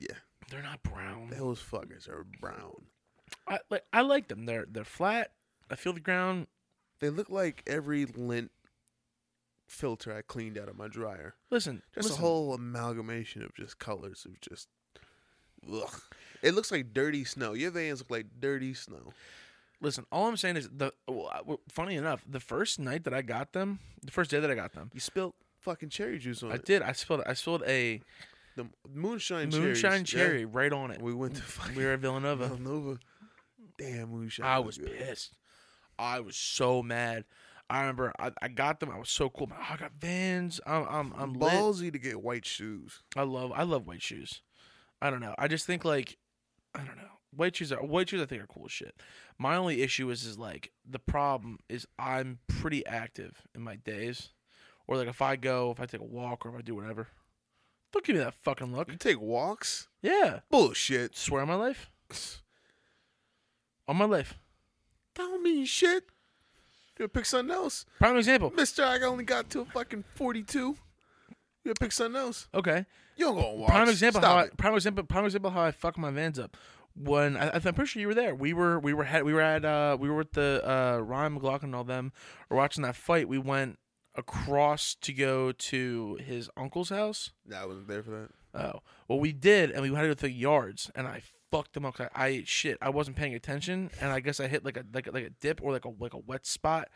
Speaker 1: Yeah.
Speaker 2: They're not brown.
Speaker 1: Those fuckers are brown.
Speaker 2: I like. I like them. They're they're flat. I feel the ground.
Speaker 1: They look like every lint filter I cleaned out of my dryer.
Speaker 2: Listen,
Speaker 1: Just
Speaker 2: listen,
Speaker 1: a whole amalgamation of just colors of just. Ugh. It looks like dirty snow. Your vans look like dirty snow.
Speaker 2: Listen. All I'm saying is the. well, I- well, Funny enough, the first night that I got them, the first day that I got them,
Speaker 1: You spilled fucking cherry juice on
Speaker 2: I
Speaker 1: it.
Speaker 2: did. I spilled. I spilled a
Speaker 1: The moonshine cherry.
Speaker 2: moonshine cherry right on it.
Speaker 1: We went to fucking
Speaker 2: We were at Villanova.
Speaker 1: Villanova. Damn moonshine.
Speaker 2: I was
Speaker 1: good.
Speaker 2: pissed. I was so mad. I remember I, I got them. I was so cool. Man, I got Vans. I'm I'm I'm lit.
Speaker 1: ballsy to get white shoes.
Speaker 2: I love I love white shoes. I don't know. I just think like I don't know. White shoes are white shoes I think are cool as shit. My only issue is is like the problem is I'm pretty active in my days. Or like if I go, if I take a walk or if I do whatever. Don't give me that fucking look.
Speaker 1: You take walks?
Speaker 2: Yeah.
Speaker 1: Bullshit.
Speaker 2: Swear on my life. On my life.
Speaker 1: Don't mean shit. You gonna pick something else?
Speaker 2: Prime example.
Speaker 1: Mister, I only got to a fucking 42. You gotta pick something else.
Speaker 2: Okay.
Speaker 1: You don't go and watch.
Speaker 2: Prime example
Speaker 1: Stop
Speaker 2: how I,
Speaker 1: it.
Speaker 2: prime example prime example how I fuck my vans up. When I, I'm pretty sure you were there. We were we were had we were at uh we were with the uh Ryan McLaughlin and all them. We're watching that fight. We went across to go to his uncle's house.
Speaker 1: Nah, I wasn't there for that.
Speaker 2: Oh, well, we did, and we had to go through the yards, and I fucked them up. 'cause I, I shit, I wasn't paying attention, and I guess I hit like a like a, like a dip or like a like a wet spot,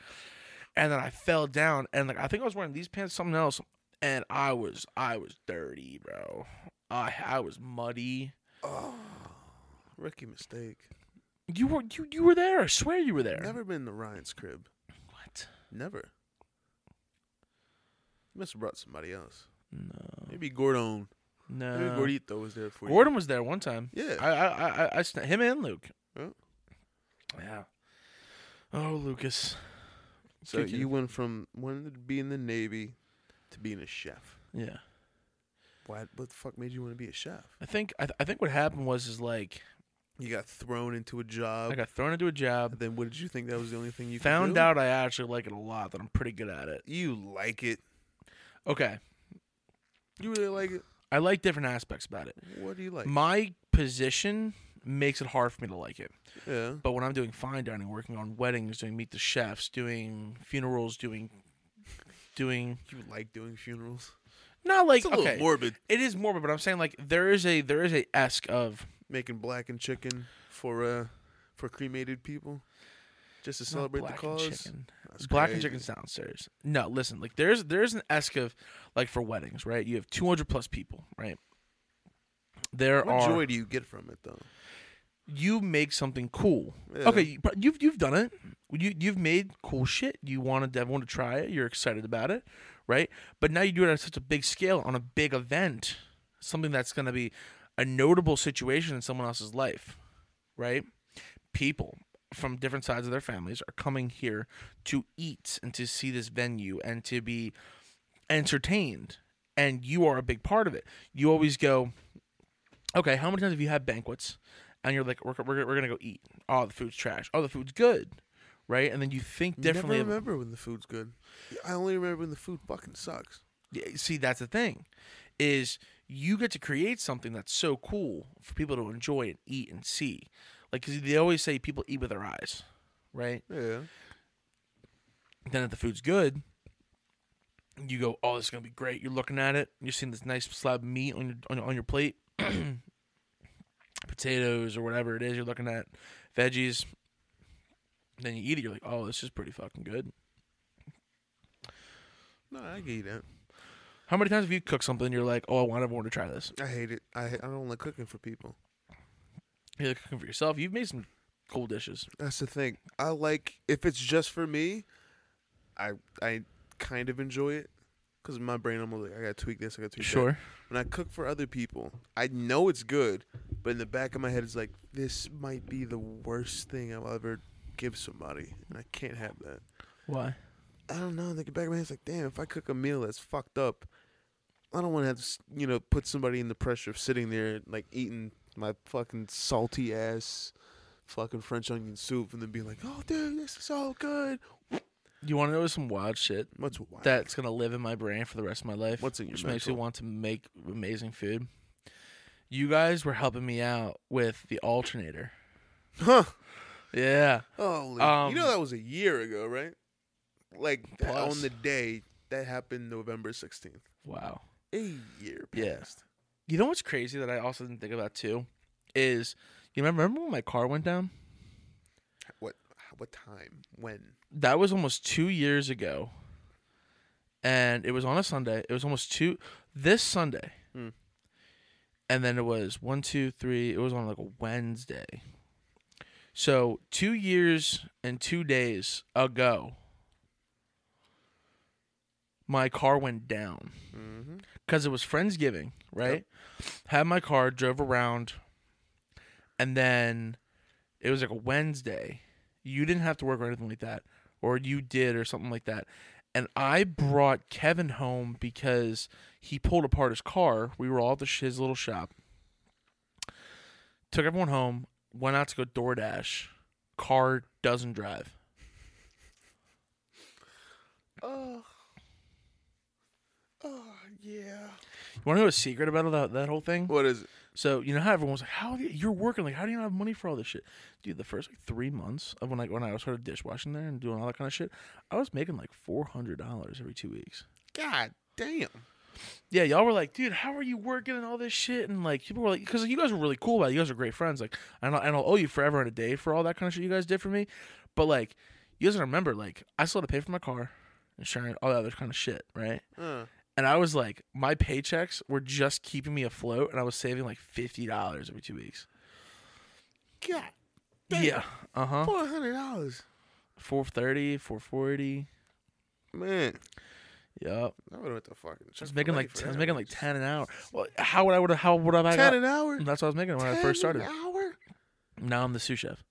Speaker 2: and then I fell down, and like I think I was wearing these pants, something else, and I was I was dirty, bro. I I was muddy.
Speaker 1: Oh, rookie mistake.
Speaker 2: You were you you were there. I swear you were there.
Speaker 1: Never been to Ryan's crib.
Speaker 2: What?
Speaker 1: Never. You must have brought somebody else.
Speaker 2: No.
Speaker 1: Maybe Gordon. Maybe
Speaker 2: No.
Speaker 1: Gordito was there for you.
Speaker 2: Oh. Uh, Gordon was there one time.
Speaker 1: Yeah.
Speaker 2: I I I, I, I sna- him and Luke.
Speaker 1: Oh.
Speaker 2: Yeah. Oh, Lucas.
Speaker 1: so
Speaker 2: Good kid.
Speaker 1: you went from wanting to be in the Navy to being a chef.
Speaker 2: yeah.
Speaker 1: Why? What the fuck made you want to be a chef?
Speaker 2: I think I, th- I think what happened was is like
Speaker 1: You got thrown into a job.
Speaker 2: I got thrown into a job,
Speaker 1: and then what did you think that was the only thing you could
Speaker 2: found
Speaker 1: do?
Speaker 2: out I actually like it a lot, that I'm pretty good at it.
Speaker 1: You like it.
Speaker 2: Okay,
Speaker 1: You really like it.
Speaker 2: I like different aspects about it.
Speaker 1: What do you like?
Speaker 2: My position makes it hard for me to like it,
Speaker 1: yeah.
Speaker 2: but when I'm doing fine dining, working on weddings, doing meet the chefs, doing funerals, doing doing
Speaker 1: You like doing funerals.
Speaker 2: not like
Speaker 1: it's a little
Speaker 2: okay,
Speaker 1: morbid.
Speaker 2: it is morbid, but I'm saying like there is a there is a esque of
Speaker 1: Making blackened chicken for uh for cremated people, just to celebrate the
Speaker 2: black and
Speaker 1: cause.
Speaker 2: chicken.
Speaker 1: That's
Speaker 2: Black and
Speaker 1: crazy.
Speaker 2: chicken's downstairs. No, listen, like there's there's an esque of like for weddings, right? You have two hundred plus people, right? There
Speaker 1: What
Speaker 2: are
Speaker 1: joy do you get from it though?
Speaker 2: you make something cool.
Speaker 1: Yeah.
Speaker 2: Okay, you, but you've you've done it. You you've made cool shit. You wanted to want to try it. You're excited about it, right? But now you do it on such a big scale on a big event, something that's going to be a notable situation in someone else's life, right? People from different sides of their families are coming here to eat and to see this venue and to be entertained, and you are a big part of it. You always go, okay, how many times have you had banquets and you're like, we're, we're, we're going to go eat. Oh, the food's trash. Oh, the food's good. Right? And then you think
Speaker 1: You never
Speaker 2: differently. ab-
Speaker 1: remember when the food's good. I only remember when the food fucking sucks.
Speaker 2: Yeah, See, that's the thing is you get to create something that's so cool for people to enjoy and eat and see. Like, 'cause they always say people eat with their eyes, right?
Speaker 1: Yeah.
Speaker 2: Then if the food's good, you go, oh, this is going to be great. You're looking at it. You're seeing this nice slab of meat on your, on your, on your plate, potatoes or whatever it is. You're looking at veggies. Then you eat it. You're like, oh, this is pretty fucking good.
Speaker 1: No, I get that.
Speaker 2: How many times have you cooked something? You're like, oh, I want everyone to try this.
Speaker 1: I hate it. I I don't like cooking for people.
Speaker 2: You're like, cooking for yourself. You've made some cool dishes.
Speaker 1: That's the thing. I like if it's just for me, I I kind of enjoy it because my brain I'm like I gotta tweak this, I gotta tweak that. When I cook for other people, I know it's good, but in the back of my head, it's like this might be the worst thing I'll ever give somebody, and I can't have that.
Speaker 2: Why?
Speaker 1: I don't know. In the back of my head, it's like damn, if I cook a meal that's fucked up, I don't want to have to s- you know put somebody in the pressure of sitting there like eating my fucking salty ass. Fucking French onion soup, and then being like, "Oh, dude, this is all good."
Speaker 2: You want to know some wild shit
Speaker 1: What's wild?
Speaker 2: that's gonna live in my brain for the rest of my life?
Speaker 1: What's in your
Speaker 2: which makes me
Speaker 1: mental?
Speaker 2: want to make amazing food. You guys were helping me out with the alternator.
Speaker 1: Huh?
Speaker 2: Yeah.
Speaker 1: Holy!
Speaker 2: Um,
Speaker 1: you know that was a year ago, right? Like that-
Speaker 2: Plus.
Speaker 1: on the day that happened, November sixteenth.
Speaker 2: Wow.
Speaker 1: A year
Speaker 2: Yeah.
Speaker 1: passed.
Speaker 2: You know what's crazy that I also didn't think about too is you remember, remember when my car went down?
Speaker 1: What? What time? When?
Speaker 2: that was almost two years ago, and it was on a Sunday. It was almost two this Sunday,
Speaker 1: Hmm.
Speaker 2: and then it was one, two, three. It was on like a Wednesday, so two years and two days ago, my car went down
Speaker 1: Mm-hmm.
Speaker 2: because it was Friendsgiving, right? Had my car, drove around, and then it was like a Wednesday. You didn't have to work or anything like that, or you did or something like that. And I brought Kevin home because he pulled apart his car. We were all at the sh- his little shop. Took everyone home. Went out to go DoorDash. Car doesn't drive.
Speaker 1: Oh. Oh yeah.
Speaker 2: You want to know a secret about that, that whole thing?
Speaker 1: What is it?
Speaker 2: So you know how everyone was like, "How do you, you're working? Like, how do you not have money for all this shit, dude?" The first like three months of when I when I started dishwashing there and doing all that kind of shit, I was making like four hundred dollars every two weeks.
Speaker 1: God damn.
Speaker 2: Yeah, y'all were like, "Dude, how are you working and all this shit?" And like, people were like, "Because you guys were really cool about it. You guys are great friends. Like, and I'll, and I'll owe you forever and a day for all that kind of shit you guys did for me." But like, you guys remember, like, I still had to pay for my car, insurance, all that other kind of shit, right?
Speaker 1: Uh,
Speaker 2: And I was like, my paychecks were just keeping me afloat, and I was saving like fifty dollars every two weeks.
Speaker 1: God. Damn.
Speaker 2: Yeah. Uh huh.
Speaker 1: Four hundred dollars.
Speaker 2: Four thirty, four forty.
Speaker 1: Man,
Speaker 2: Yep.
Speaker 1: I would have went to fucking.
Speaker 2: I was making like
Speaker 1: Chick-fil-A
Speaker 2: I was
Speaker 1: for
Speaker 2: making
Speaker 1: that.
Speaker 2: like ten an hour. Well, how would I would how would I have
Speaker 1: ten
Speaker 2: got?
Speaker 1: an hour.
Speaker 2: That's what I was making when I
Speaker 1: 10
Speaker 2: first started.
Speaker 1: An hour.
Speaker 2: Now I'm the sous chef.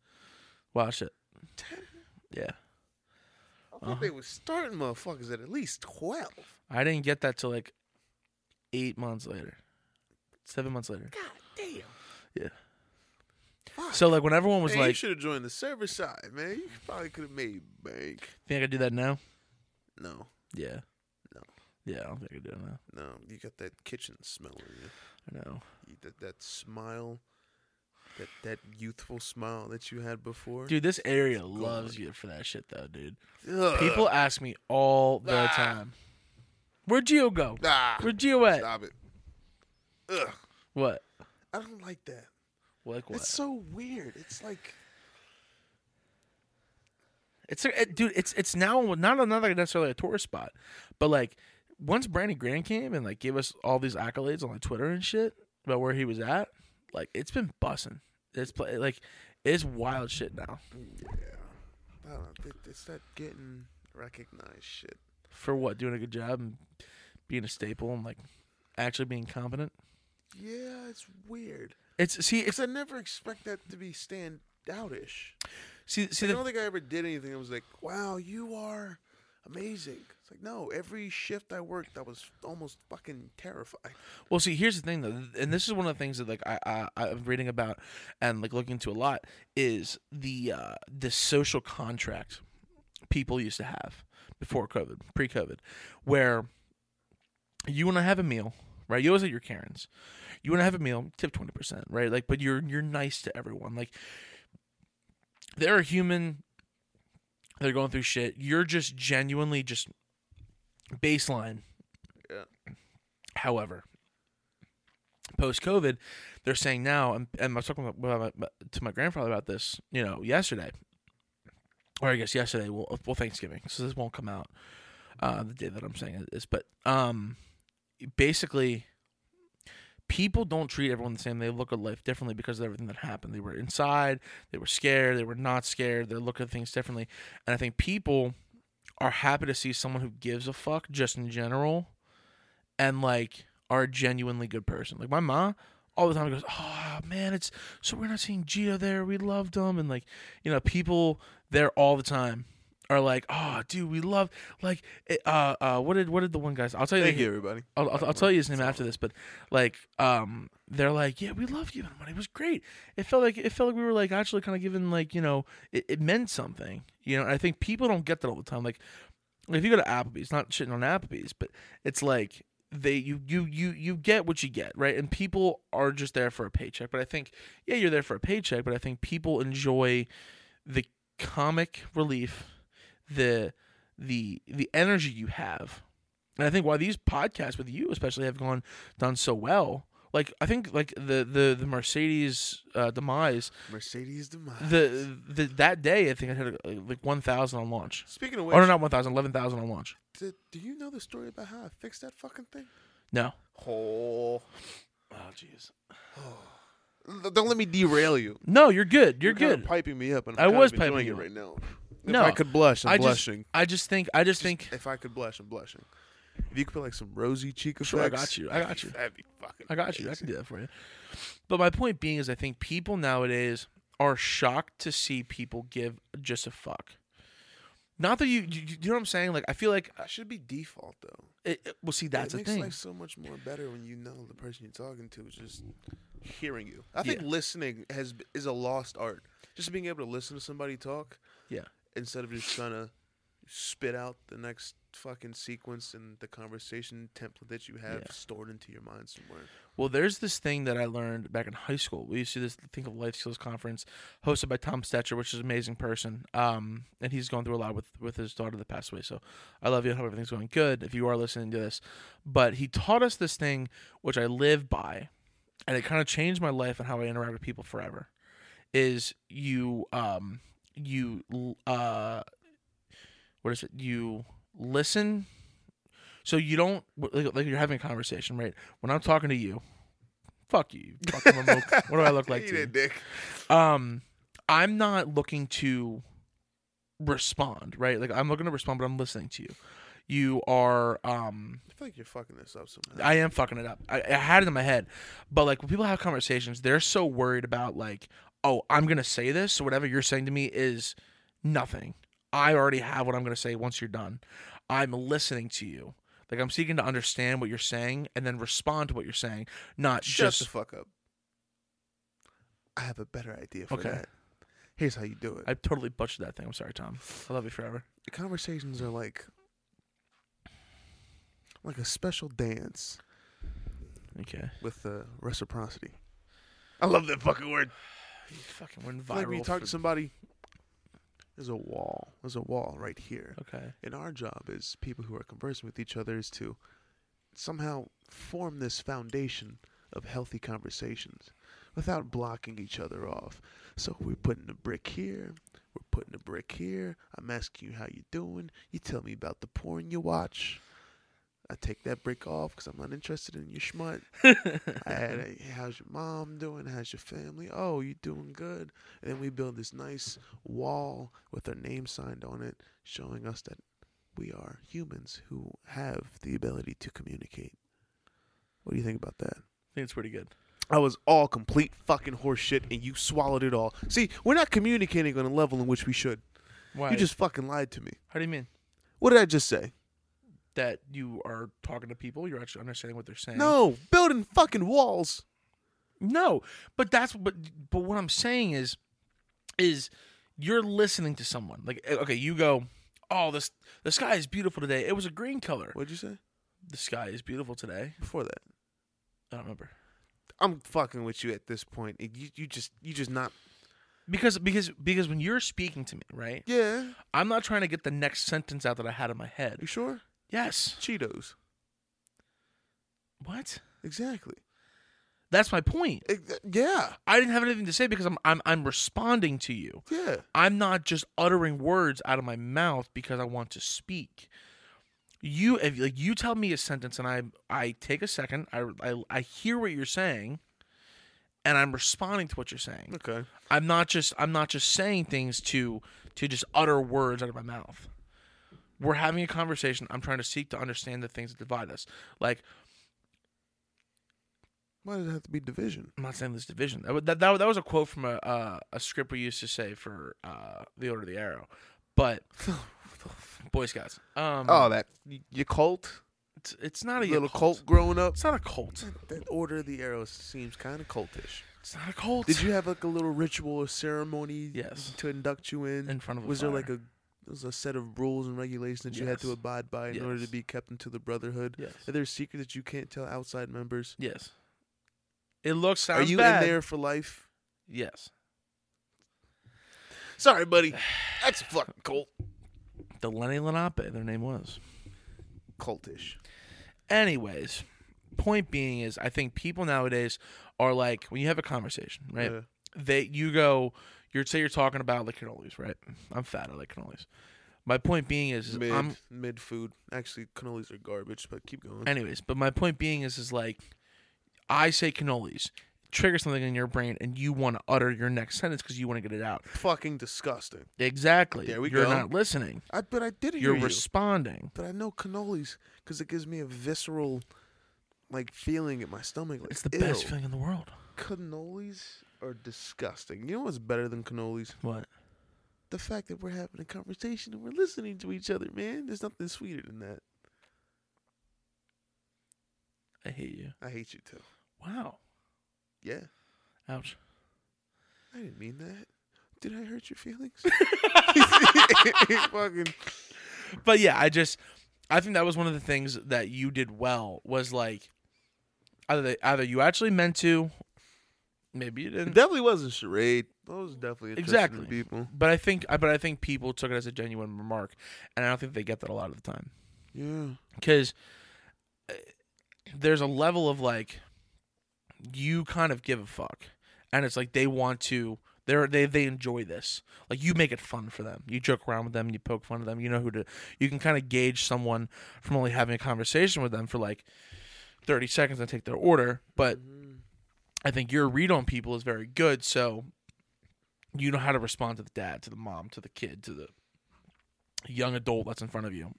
Speaker 2: Wow shit.
Speaker 1: Ten.
Speaker 2: Yeah.
Speaker 1: I thought
Speaker 2: Uh-huh.
Speaker 1: they was starting motherfuckers at at least twelve.
Speaker 2: I didn't get that till like eight months later. Seven months later.
Speaker 1: God damn.
Speaker 2: Yeah.
Speaker 1: Fuck.
Speaker 2: So like when everyone was
Speaker 1: Man, you
Speaker 2: like,
Speaker 1: should have joined the server side, man. You probably could have made bank.
Speaker 2: think I could do that now?
Speaker 1: No,
Speaker 2: Yeah.
Speaker 1: No.
Speaker 2: Yeah, I don't think I could do it now.
Speaker 1: no, you got that kitchen smell in you.
Speaker 2: I know.
Speaker 1: you that that smile, that that youthful smile that you had before.
Speaker 2: Dude, this area loves you for that shit though, dude.
Speaker 1: Ugh.
Speaker 2: People ask me all the
Speaker 1: Ah.
Speaker 2: time. Where'd Gio go?
Speaker 1: ah,
Speaker 2: Where'd Gio at?
Speaker 1: stop it. Ugh,
Speaker 2: What?
Speaker 1: I don't like that.
Speaker 2: Like what?
Speaker 1: It's so weird. It's like
Speaker 2: It's a, it- dude. It's it's now not another necessarily a tourist spot, but like once Brandon Grant came and like gave us all these accolades on like Twitter and shit about where he was at, like it's been bussing. It's pla- like it's wild shit now.
Speaker 1: yeah, I don't know. it- It's that getting recognized shit.
Speaker 2: For what? Doing a good job and being a staple and like actually being competent.
Speaker 1: Yeah, it's weird.
Speaker 2: It's see it's
Speaker 1: Cause I never expect that to be stand outish.
Speaker 2: see
Speaker 1: I
Speaker 2: see the,
Speaker 1: don't think I ever did anything. I was like, "Wow, you are amazing." It's like, no. Every shift I worked, I was almost fucking terrified.
Speaker 2: Well, see, here's the thing though, and this is one of the things that like I, I I'm reading about and like looking into a lot is the uh, the social contract people used to have before COVID, pre-COVID, where you want to have a meal, right? You always at your Karens, you want to have a meal, tip twenty percent, right? Like, but you're you're nice to everyone. Like, they're a human. They're going through shit. You're just genuinely just baseline. uh,
Speaker 1: Yeah.
Speaker 2: However, post COVID, they're saying now, and, and I was talking about, about my, to my grandfather about this, you know, yesterday, or I guess yesterday, well, well Thanksgiving, so this won't come out uh, the day that I'm saying this, but um, basically, people don't treat everyone the same. They look at life differently because of everything that happened. They were inside, they were scared, they were not scared, they're looking at things differently, and I think people are happy to see someone who gives a fuck just in general and like are a genuinely good person. Like my mom all the time goes, Oh man, it's so we're not seeing Gio there. We loved him and like, you know, people there all the time are like, Oh dude, we love like it- uh uh what did what did the one guy's I'll tell you
Speaker 1: Thank
Speaker 2: the-
Speaker 1: you, everybody.
Speaker 2: I'll, I'll, I'll tell you his name after this, but like, um, they're like, yeah, we love giving money. It was great. It felt like it felt like we were like actually kind of giving like you know it, it meant something. You know, and I think people don't get that all the time. Like, if you go to Applebee's, not shitting on Applebee's, but it's like they you you you you get what you get right, and people are just there for a paycheck. But I think yeah, you're there for a paycheck, but I think people enjoy the comic relief, the the the energy you have and I think why these podcasts with you especially have gone done so well. Like I think like the the the Mercedes uh, demise
Speaker 1: Mercedes demise.
Speaker 2: the, the that day I think I had uh, like one thousand on launch.
Speaker 1: Speaking of which,
Speaker 2: Or not 1,000, 11,000 on launch.
Speaker 1: d- do you know the story about how I fixed that fucking thing?
Speaker 2: No.
Speaker 1: Oh,
Speaker 2: Oh jeez.
Speaker 1: L- don't let me derail you.
Speaker 2: No, you're good. You're
Speaker 1: kinda
Speaker 2: good.
Speaker 1: piping me up, and
Speaker 2: I
Speaker 1: I'm
Speaker 2: was
Speaker 1: kind of enjoying
Speaker 2: piping you
Speaker 1: it
Speaker 2: up.
Speaker 1: right now.
Speaker 2: No,
Speaker 1: if I could blush, I'm
Speaker 2: I just-
Speaker 1: blushing.
Speaker 2: I just think I just think
Speaker 1: if I could blush, I'm blushing. If you could put like some rosy cheek effects,
Speaker 2: Sure, I got you. I got you.
Speaker 1: That'd be fucking.
Speaker 2: I got you. I
Speaker 1: amazing.
Speaker 2: can do that for you. But my point being is, I think people nowadays are shocked to see people give just a fuck. Not that you, you, you know what I'm saying. Like I feel like
Speaker 1: That should be default though.
Speaker 2: it, it- well, see, that's
Speaker 1: it
Speaker 2: the
Speaker 1: makes
Speaker 2: thing.
Speaker 1: life so much more better when you know the person you're talking to is just hearing you. I think
Speaker 2: Yeah.
Speaker 1: listening has is a lost art. Just being able to listen to somebody talk
Speaker 2: Yeah.
Speaker 1: instead of just trying to spit out the next fucking sequence and the conversation template that you have
Speaker 2: Yeah.
Speaker 1: stored into your mind somewhere.
Speaker 2: Well, there's this thing that I learned back in high school. We used to do this thing called Life Skills Conference, hosted by Tom Stetcher, which is an amazing person. Um, and he's gone through a lot with with his daughter that passed away. So I love you. I hope everything's going good. If you are listening to this, but he taught us this thing which I live by, and it kind of changed my life and how I interact with people forever. Is you um you l- uh what is it? You listen. So you don't like, like you're having a conversation, right? When I'm talking to you, fuck you. you fucking remote. what do I look like
Speaker 1: Eat
Speaker 2: to you?
Speaker 1: it, dick.
Speaker 2: um i'm not looking to respond right like i'm looking to respond but i'm listening to you you are um
Speaker 1: I feel like you're fucking this up somehow.
Speaker 2: i am fucking it up I, I had it in my head but like when people have conversations they're so worried about like oh i'm gonna say this so whatever you're saying to me is nothing i already have what i'm gonna say once you're done i'm listening to you like i'm seeking to understand what you're saying and then respond to what you're saying not
Speaker 1: Shut
Speaker 2: just
Speaker 1: the fuck up. I have a better idea for
Speaker 2: Okay.
Speaker 1: that. Here's how you do it.
Speaker 2: i totally butchered that thing i'm sorry tom i love you forever
Speaker 1: Conversations are like like a special dance
Speaker 2: okay
Speaker 1: with uh, reciprocity. I love that fucking word.
Speaker 2: Fucking
Speaker 1: I
Speaker 2: went viral.
Speaker 1: feel like when you talk
Speaker 2: for-
Speaker 1: to somebody, there's a wall. There's a wall right here.
Speaker 2: okay.
Speaker 1: And our job as people who are conversing with each other is to somehow form this foundation of healthy conversations without blocking each other off. So we're putting a brick here, we're putting a brick here. I'm asking you how you doing. You tell me about the porn you watch. I take that brick off because I'm not interested in your schmutt. I had a, how's your mom doing? How's your family? Oh, you doing good? And then we build this nice wall with our name signed on it, showing us that we are humans who have the ability to communicate. What do you think about that?
Speaker 2: I think it's pretty good.
Speaker 1: I was all complete fucking horseshit, and you swallowed it all. See, we're not communicating on a level in which we should.
Speaker 2: Why?
Speaker 1: You just fucking lied to me.
Speaker 2: How do you mean
Speaker 1: What did I just say?
Speaker 2: that you are talking to people? You're actually understanding what they're saying.
Speaker 1: No, building fucking walls.
Speaker 2: no. But that's but but what I'm saying is, is you're listening to someone. Like eh, okay, you go, oh this the sky is beautiful today. It was a green color.
Speaker 1: What'd you say
Speaker 2: The sky is beautiful today.
Speaker 1: before that?
Speaker 2: I don't remember
Speaker 1: I'm fucking with you at this point. You, you just you just not.
Speaker 2: because because because when you're speaking to me, right?
Speaker 1: Yeah.
Speaker 2: I'm not trying to get the next sentence out that I had in my head.
Speaker 1: You sure?
Speaker 2: Yes.
Speaker 1: Cheetos.
Speaker 2: What?
Speaker 1: Exactly.
Speaker 2: That's my point.
Speaker 1: Ex- Yeah.
Speaker 2: I didn't have anything to say because I'm I'm I'm responding to you.
Speaker 1: Yeah.
Speaker 2: I'm not just uttering words out of my mouth because I want to speak. You if like you tell me a sentence and I I take a second, I I, I hear what you're saying and I'm responding to what you're saying.
Speaker 1: Okay.
Speaker 2: I'm not just I'm not just saying things to to just utter words out of my mouth. We're having a conversation. I'm trying to seek to understand the things that divide us. Like
Speaker 1: Why does it have to be division?
Speaker 2: I'm not saying this division. That, that, that, that was a quote from a uh, a script we used to say for uh, the Order of the Arrow, but Boy Scouts. Um,
Speaker 1: Oh, that y- your cult,
Speaker 2: it's, it's not a
Speaker 1: little cult growing up.
Speaker 2: It's not a cult.
Speaker 1: That order of the arrow seems kind of cultish.
Speaker 2: It's not a cult.
Speaker 1: Did you have like a little ritual or ceremony
Speaker 2: Yes.
Speaker 1: to induct you in?
Speaker 2: in front of? A
Speaker 1: was there like
Speaker 2: fire.
Speaker 1: a was a set of rules and regulations that you had to
Speaker 2: Yes.
Speaker 1: abide by in order to
Speaker 2: Yes.
Speaker 1: be kept into the brotherhood?
Speaker 2: yes?
Speaker 1: Are there secrets that you can't tell outside members?
Speaker 2: yes. It looks. Sounds
Speaker 1: Are you
Speaker 2: bad.
Speaker 1: in there for life?
Speaker 2: Yes.
Speaker 1: Sorry, buddy. That's a fucking cult.
Speaker 2: The Lenny Lenape. Their name was.
Speaker 1: Cultish.
Speaker 2: Anyways, point being is I think people nowadays are like when you have a conversation, right?
Speaker 1: Yeah.
Speaker 2: they you go you're say you're talking about like cannolis, right? I'm fat, I like cannolis. My point being is, is
Speaker 1: mid
Speaker 2: I'm
Speaker 1: mid food. Actually, cannolis are garbage, but keep going.
Speaker 2: anyways, but my point being is is like I say cannolis, trigger something in your brain and you want to utter your next sentence because you want to get it out.
Speaker 1: fucking disgusting.
Speaker 2: Exactly.
Speaker 1: There we
Speaker 2: you're
Speaker 1: go.
Speaker 2: not listening.
Speaker 1: I but I did hear
Speaker 2: You're
Speaker 1: you.
Speaker 2: responding.
Speaker 1: but I know cannolis because it gives me a visceral, like feeling in my stomach. Like,
Speaker 2: It's the
Speaker 1: ew.
Speaker 2: best feeling in the world.
Speaker 1: Cannolis are disgusting. You know what's better than cannolis?
Speaker 2: What?
Speaker 1: The fact that we're having a conversation and we're listening to each other, man. There's nothing sweeter than that.
Speaker 2: I hate you.
Speaker 1: I hate you too.
Speaker 2: Wow.
Speaker 1: Yeah,
Speaker 2: Ouch.
Speaker 1: I didn't mean that. Did I hurt your feelings? fucking
Speaker 2: But yeah, I just I think that was one of the things that you did well was like either they, either you actually meant to, maybe you
Speaker 1: It
Speaker 2: didn't.
Speaker 1: definitely was a charade. That was definitely interesting
Speaker 2: Exactly.
Speaker 1: to people.
Speaker 2: But I think I but I think people took it as a genuine remark, and I don't think they get that a lot of the time
Speaker 1: Yeah.
Speaker 2: because uh, there's a level of like you kind of give a fuck, and it's like they want to. They're, they they enjoy this. Like you make it fun for them. You joke around with them. You poke fun at them. You know who to. You can kind of gauge someone from only having a conversation with them for like thirty seconds and take their order. But
Speaker 1: Mm-hmm.
Speaker 2: I think your read on people is very good, so you know how to respond to the dad, to the mom, to the kid, to the young adult that's in front of you.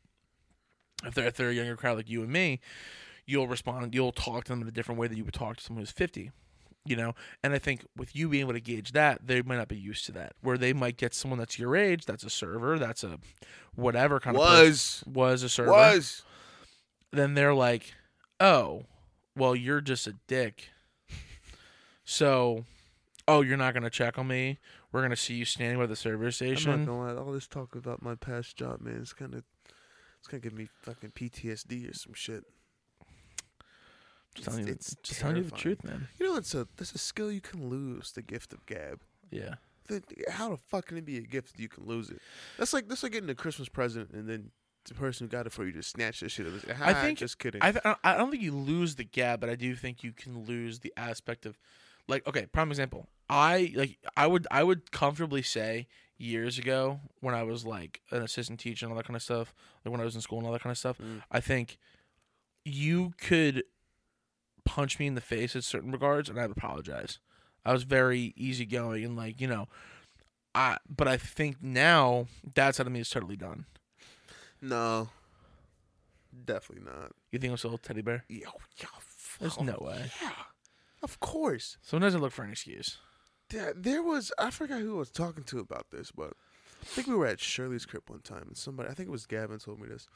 Speaker 2: If they're if they're a younger crowd like you and me, you'll respond you'll talk to them in a different way than you would talk to someone who's fifty. You know? And I think with you being able to gauge that, they might not be used to that. Where they might get someone that's your age, that's a server, that's a whatever kind of person
Speaker 1: Was
Speaker 2: was a server
Speaker 1: was
Speaker 2: then they're like, "Oh, well, you're just a dick." So, oh, you're not gonna check on me. We're gonna see you standing by the service
Speaker 1: I'm not
Speaker 2: station.
Speaker 1: gonna lie, all this talk about my past job, man, it's kind of it's gonna give me fucking PTSD or some shit.
Speaker 2: Just telling you,
Speaker 1: It's- it's
Speaker 2: just telling you the
Speaker 1: terrifying.
Speaker 2: truth, man.
Speaker 1: You know, it's a that's a skill you can lose. The gift of gab.
Speaker 2: Yeah,
Speaker 1: The, how the fuck can it be a gift that you can lose it? That's like that's like getting a Christmas present and then the person who got it for you just snatched that shit. It was, I
Speaker 2: think-
Speaker 1: just kidding.
Speaker 2: I, th- I don't think you lose the gab, but I do think you can lose the aspect of, like, okay, prime example. I like I would I would comfortably say years ago when I was like an assistant teacher and all that kind of stuff, like when I was in school and all that kind of stuff,
Speaker 1: Mm.
Speaker 2: I think you could punch me in the face at certain regards, and I'd apologize. I was very easygoing and like you know, I. But I think now that side of me is totally done.
Speaker 1: no, definitely not.
Speaker 2: You think I'm still a teddy bear?
Speaker 1: Yo, yo,
Speaker 2: There's
Speaker 1: fuck,
Speaker 2: no way.
Speaker 1: Yeah, of course.
Speaker 2: Sometimes I look for an excuse.
Speaker 1: There, there was I forgot who I was talking to about this, but I think we were at Shirley's crib one time, and somebody I think it was Gavin told me this.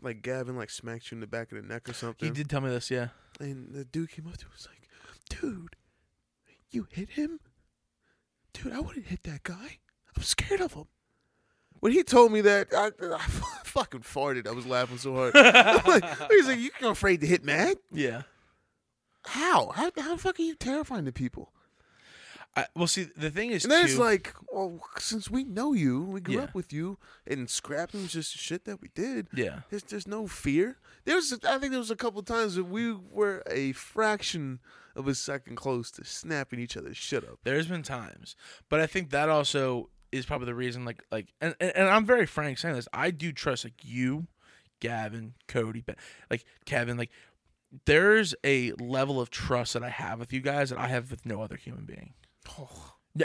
Speaker 1: Like Gavin like smacked you in the back of the neck or something,
Speaker 2: He did tell me this, yeah.
Speaker 1: and the dude came up to him was like, "Dude, you hit him? Dude, I wouldn't hit that guy. I'm scared of him." When he told me that, I, I fucking farted. I was laughing so hard. I'm like, he's like, "You afraid to hit Mac?
Speaker 2: Yeah.
Speaker 1: How? How? How the fuck are you terrifying to people?"
Speaker 2: I, well, see, the thing is,
Speaker 1: And then it's
Speaker 2: too-
Speaker 1: like, well, since we know you, we grew
Speaker 2: Yeah.
Speaker 1: up with you, and scrapping was just shit that we did.
Speaker 2: yeah,
Speaker 1: There's there's no fear. There's I think there was a couple times that we were a fraction of a second close to snapping each other's shit up.
Speaker 2: there's been times, but I think that also is probably the reason. Like, like, and and, and I'm very frank saying this. I do trust like you, Gavin, Cody, but like Kevin, like there's a level of trust that I have with you guys that I have with no other human being.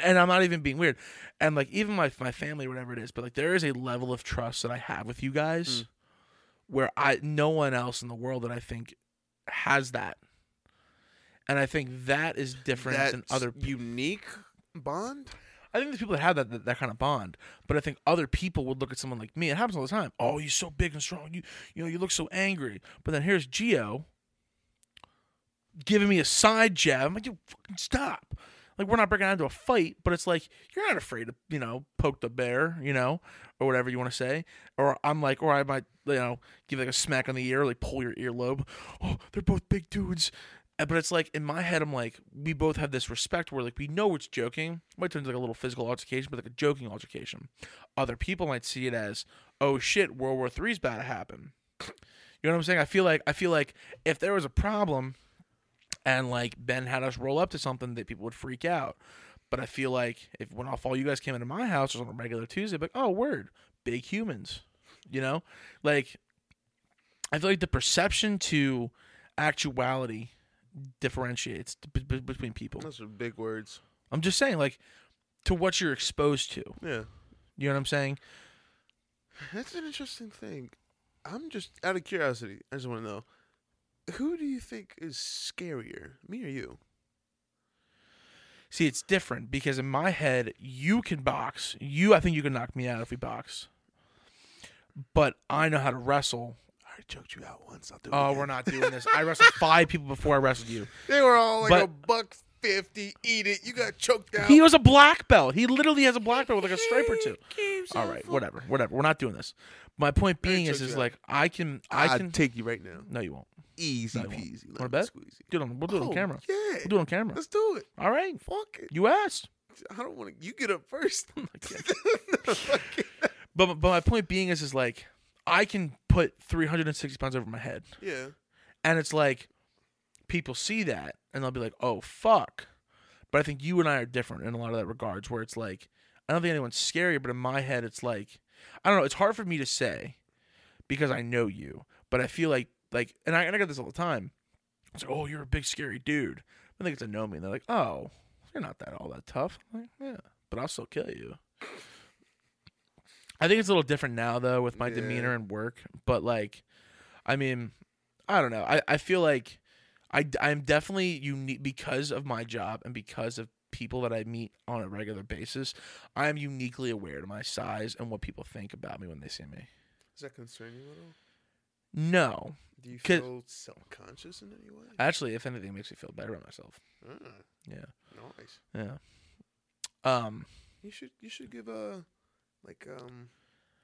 Speaker 2: And I'm not even being weird. And like even my my family, whatever it is, but like there is a level of trust that I have with you guys
Speaker 1: Mm.
Speaker 2: where I no one else in the world that I think has that. And I think that is different than
Speaker 1: That's
Speaker 2: other
Speaker 1: unique bond.
Speaker 2: I think there's people that have that, that that kind of bond, but I think other people would look at someone like me. It happens all the time. Oh, you're so big and strong. You you know you look so angry. But then here's Geo giving me a side jab. I'm like, you fucking stop. Like we're not breaking out into a fight, but it's like you're not afraid to you know poke the bear, you know, or whatever you want to say. Or I'm like, or I might you know give like a smack on the ear, like pull your earlobe. Oh, they're both big dudes. Uh, But it's like in my head, I'm like, we both have this respect where like we know it's joking. It might turn into like a little physical altercation, but like a joking altercation. Other people might see it as, oh shit, World War Three's about to happen. You know what I'm saying? I feel like I feel like if there was a problem, and like Ben had us roll up to something, that people would freak out. But I feel like if when all you guys came into my house was on a regular Tuesday, I'd be like, oh word, big humans. You know, like I feel like the perception to actuality differentiates b- b- between people.
Speaker 1: Those are big words.
Speaker 2: I'm just saying, like, to what you're exposed to.
Speaker 1: Yeah,
Speaker 2: You know what I'm saying?
Speaker 1: that's an interesting thing. I'm just out of curiosity. I just want to know, who do you think is scarier, me or you?
Speaker 2: See, it's different because in my head, you can box. You, I think you can knock me out if we box. But I know how to wrestle.
Speaker 1: I already choked you out once. I'll do it.
Speaker 2: Oh,
Speaker 1: again.
Speaker 2: we're not doing this. I wrestled five people before I wrestled you.
Speaker 1: They were all like
Speaker 2: But-
Speaker 1: a buck fifty. Eat it. You got choked out.
Speaker 2: He was a black belt. He literally has a black belt with like a stripe or two. All right, whatever, whatever. We're not doing this. My point being is,
Speaker 1: choked
Speaker 2: is
Speaker 1: you out.
Speaker 2: like I can, I
Speaker 1: I'd
Speaker 2: can.
Speaker 1: take you right now.
Speaker 2: no, you won't.
Speaker 1: Easy
Speaker 2: No, I won't.
Speaker 1: peasy.
Speaker 2: Wanna
Speaker 1: lemon
Speaker 2: bet?
Speaker 1: squeezy.
Speaker 2: Dude, I'm- we'll do it on
Speaker 1: Oh,
Speaker 2: camera.
Speaker 1: Yeah.
Speaker 2: We'll do it on camera.
Speaker 1: Let's do it.
Speaker 2: All right,
Speaker 1: Fuck it.
Speaker 2: you asked.
Speaker 1: I don't want to. You get up first.
Speaker 2: But but my point being is, is like I can put 360 pounds over my head,
Speaker 1: yeah.
Speaker 2: and it's like people see that and they'll be like, oh fuck. But I think you and I are different in a lot of that regards, where it's like I don't think anyone's scarier, but in my head it's like I don't know. It's hard for me to say because I know you, but I feel like like and I, and I get this all the time. It's like, oh, you're a big scary dude. When they get to know me, and they're like, oh, you're not that all that tough. I'm like, yeah, but I'll still kill you. I think it's a little different now though with my
Speaker 1: Yeah.
Speaker 2: demeanor and work, but like, I mean, I don't know. I, I feel like I I'm definitely unique because of my job and because of people that I meet on a regular basis. I am uniquely aware to my size and what people think about me when they see me.
Speaker 1: Does that concern you at all?
Speaker 2: No,
Speaker 1: Do you
Speaker 2: 'Cause-
Speaker 1: feel self conscious in any way?
Speaker 2: actually, if anything, it makes me feel better about myself.
Speaker 1: Ah,
Speaker 2: Yeah,
Speaker 1: nice.
Speaker 2: yeah. Um,
Speaker 1: You should you should give a like um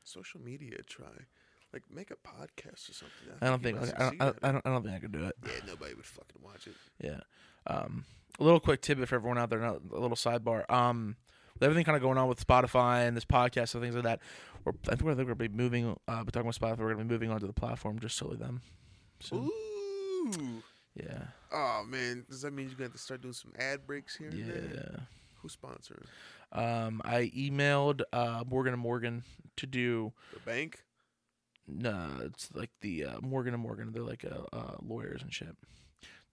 Speaker 1: social media a try. Like make a podcast or something.
Speaker 2: I don't think
Speaker 1: you might
Speaker 2: I don't,
Speaker 1: succeed
Speaker 2: I,
Speaker 1: at it.
Speaker 2: I don't I don't think I could do it.
Speaker 1: Yeah, nobody would fucking watch it.
Speaker 2: Yeah. Um, a little quick tidbit for everyone out there. not- A little sidebar. Um, with everything kind of going on with Spotify and this podcast and things like that, we're, I think we're, I think we're gonna be moving. Uh, we're talking about Spotify. We're gonna be moving on to the platform just solely them. So,
Speaker 1: Ooh.
Speaker 2: yeah,
Speaker 1: Oh man, does that mean you got to start doing some ad breaks here? And there?
Speaker 2: yeah.
Speaker 1: Who's sponsoring?
Speaker 2: Um, I emailed uh, Morgan and Morgan to do.
Speaker 1: The bank?
Speaker 2: No, it's like the uh, Morgan and Morgan. They're like uh, uh, lawyers and shit.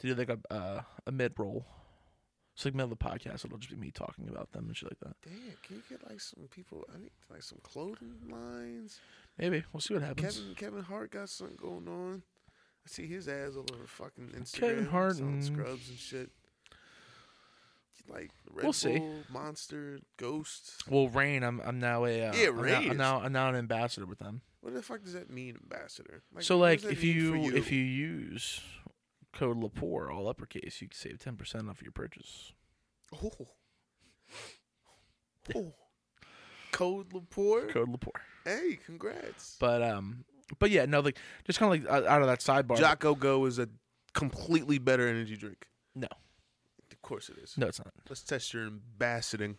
Speaker 2: To do like a uh, a mid roll, so like middle of the podcast, it'll just be me talking about them and shit like that.
Speaker 1: Damn, can you get like some people? I need like some clothing lines.
Speaker 2: Maybe we'll see what happens.
Speaker 1: Kevin Kevin Hart got something going on. I see his ass all over fucking Instagram.
Speaker 2: Kevin Hart
Speaker 1: selling
Speaker 2: and-
Speaker 1: scrubs and shit. Like Red
Speaker 2: We'll see.
Speaker 1: Bull, Monster, Ghost.
Speaker 2: Well, Rain, I'm I'm now a uh,
Speaker 1: Yeah,
Speaker 2: I'm now-
Speaker 1: Rain
Speaker 2: I'm
Speaker 1: is-
Speaker 2: now, I'm now an ambassador with them.
Speaker 1: What the fuck does that mean, ambassador?
Speaker 2: so
Speaker 1: what
Speaker 2: like,
Speaker 1: does that
Speaker 2: if
Speaker 1: mean
Speaker 2: you,
Speaker 1: for
Speaker 2: if you use code Lapore all uppercase, you can save ten percent off your purchase.
Speaker 1: oh. Oh. Code Laporte.
Speaker 2: Code Lapore.
Speaker 1: Hey, congrats.
Speaker 2: But um, but yeah, no, like just kind of like uh, out of that sidebar.
Speaker 1: Jocko Go is a completely better energy drink.
Speaker 2: No.
Speaker 1: Of course it is.
Speaker 2: No, it's not.
Speaker 1: Let's test your ambassading.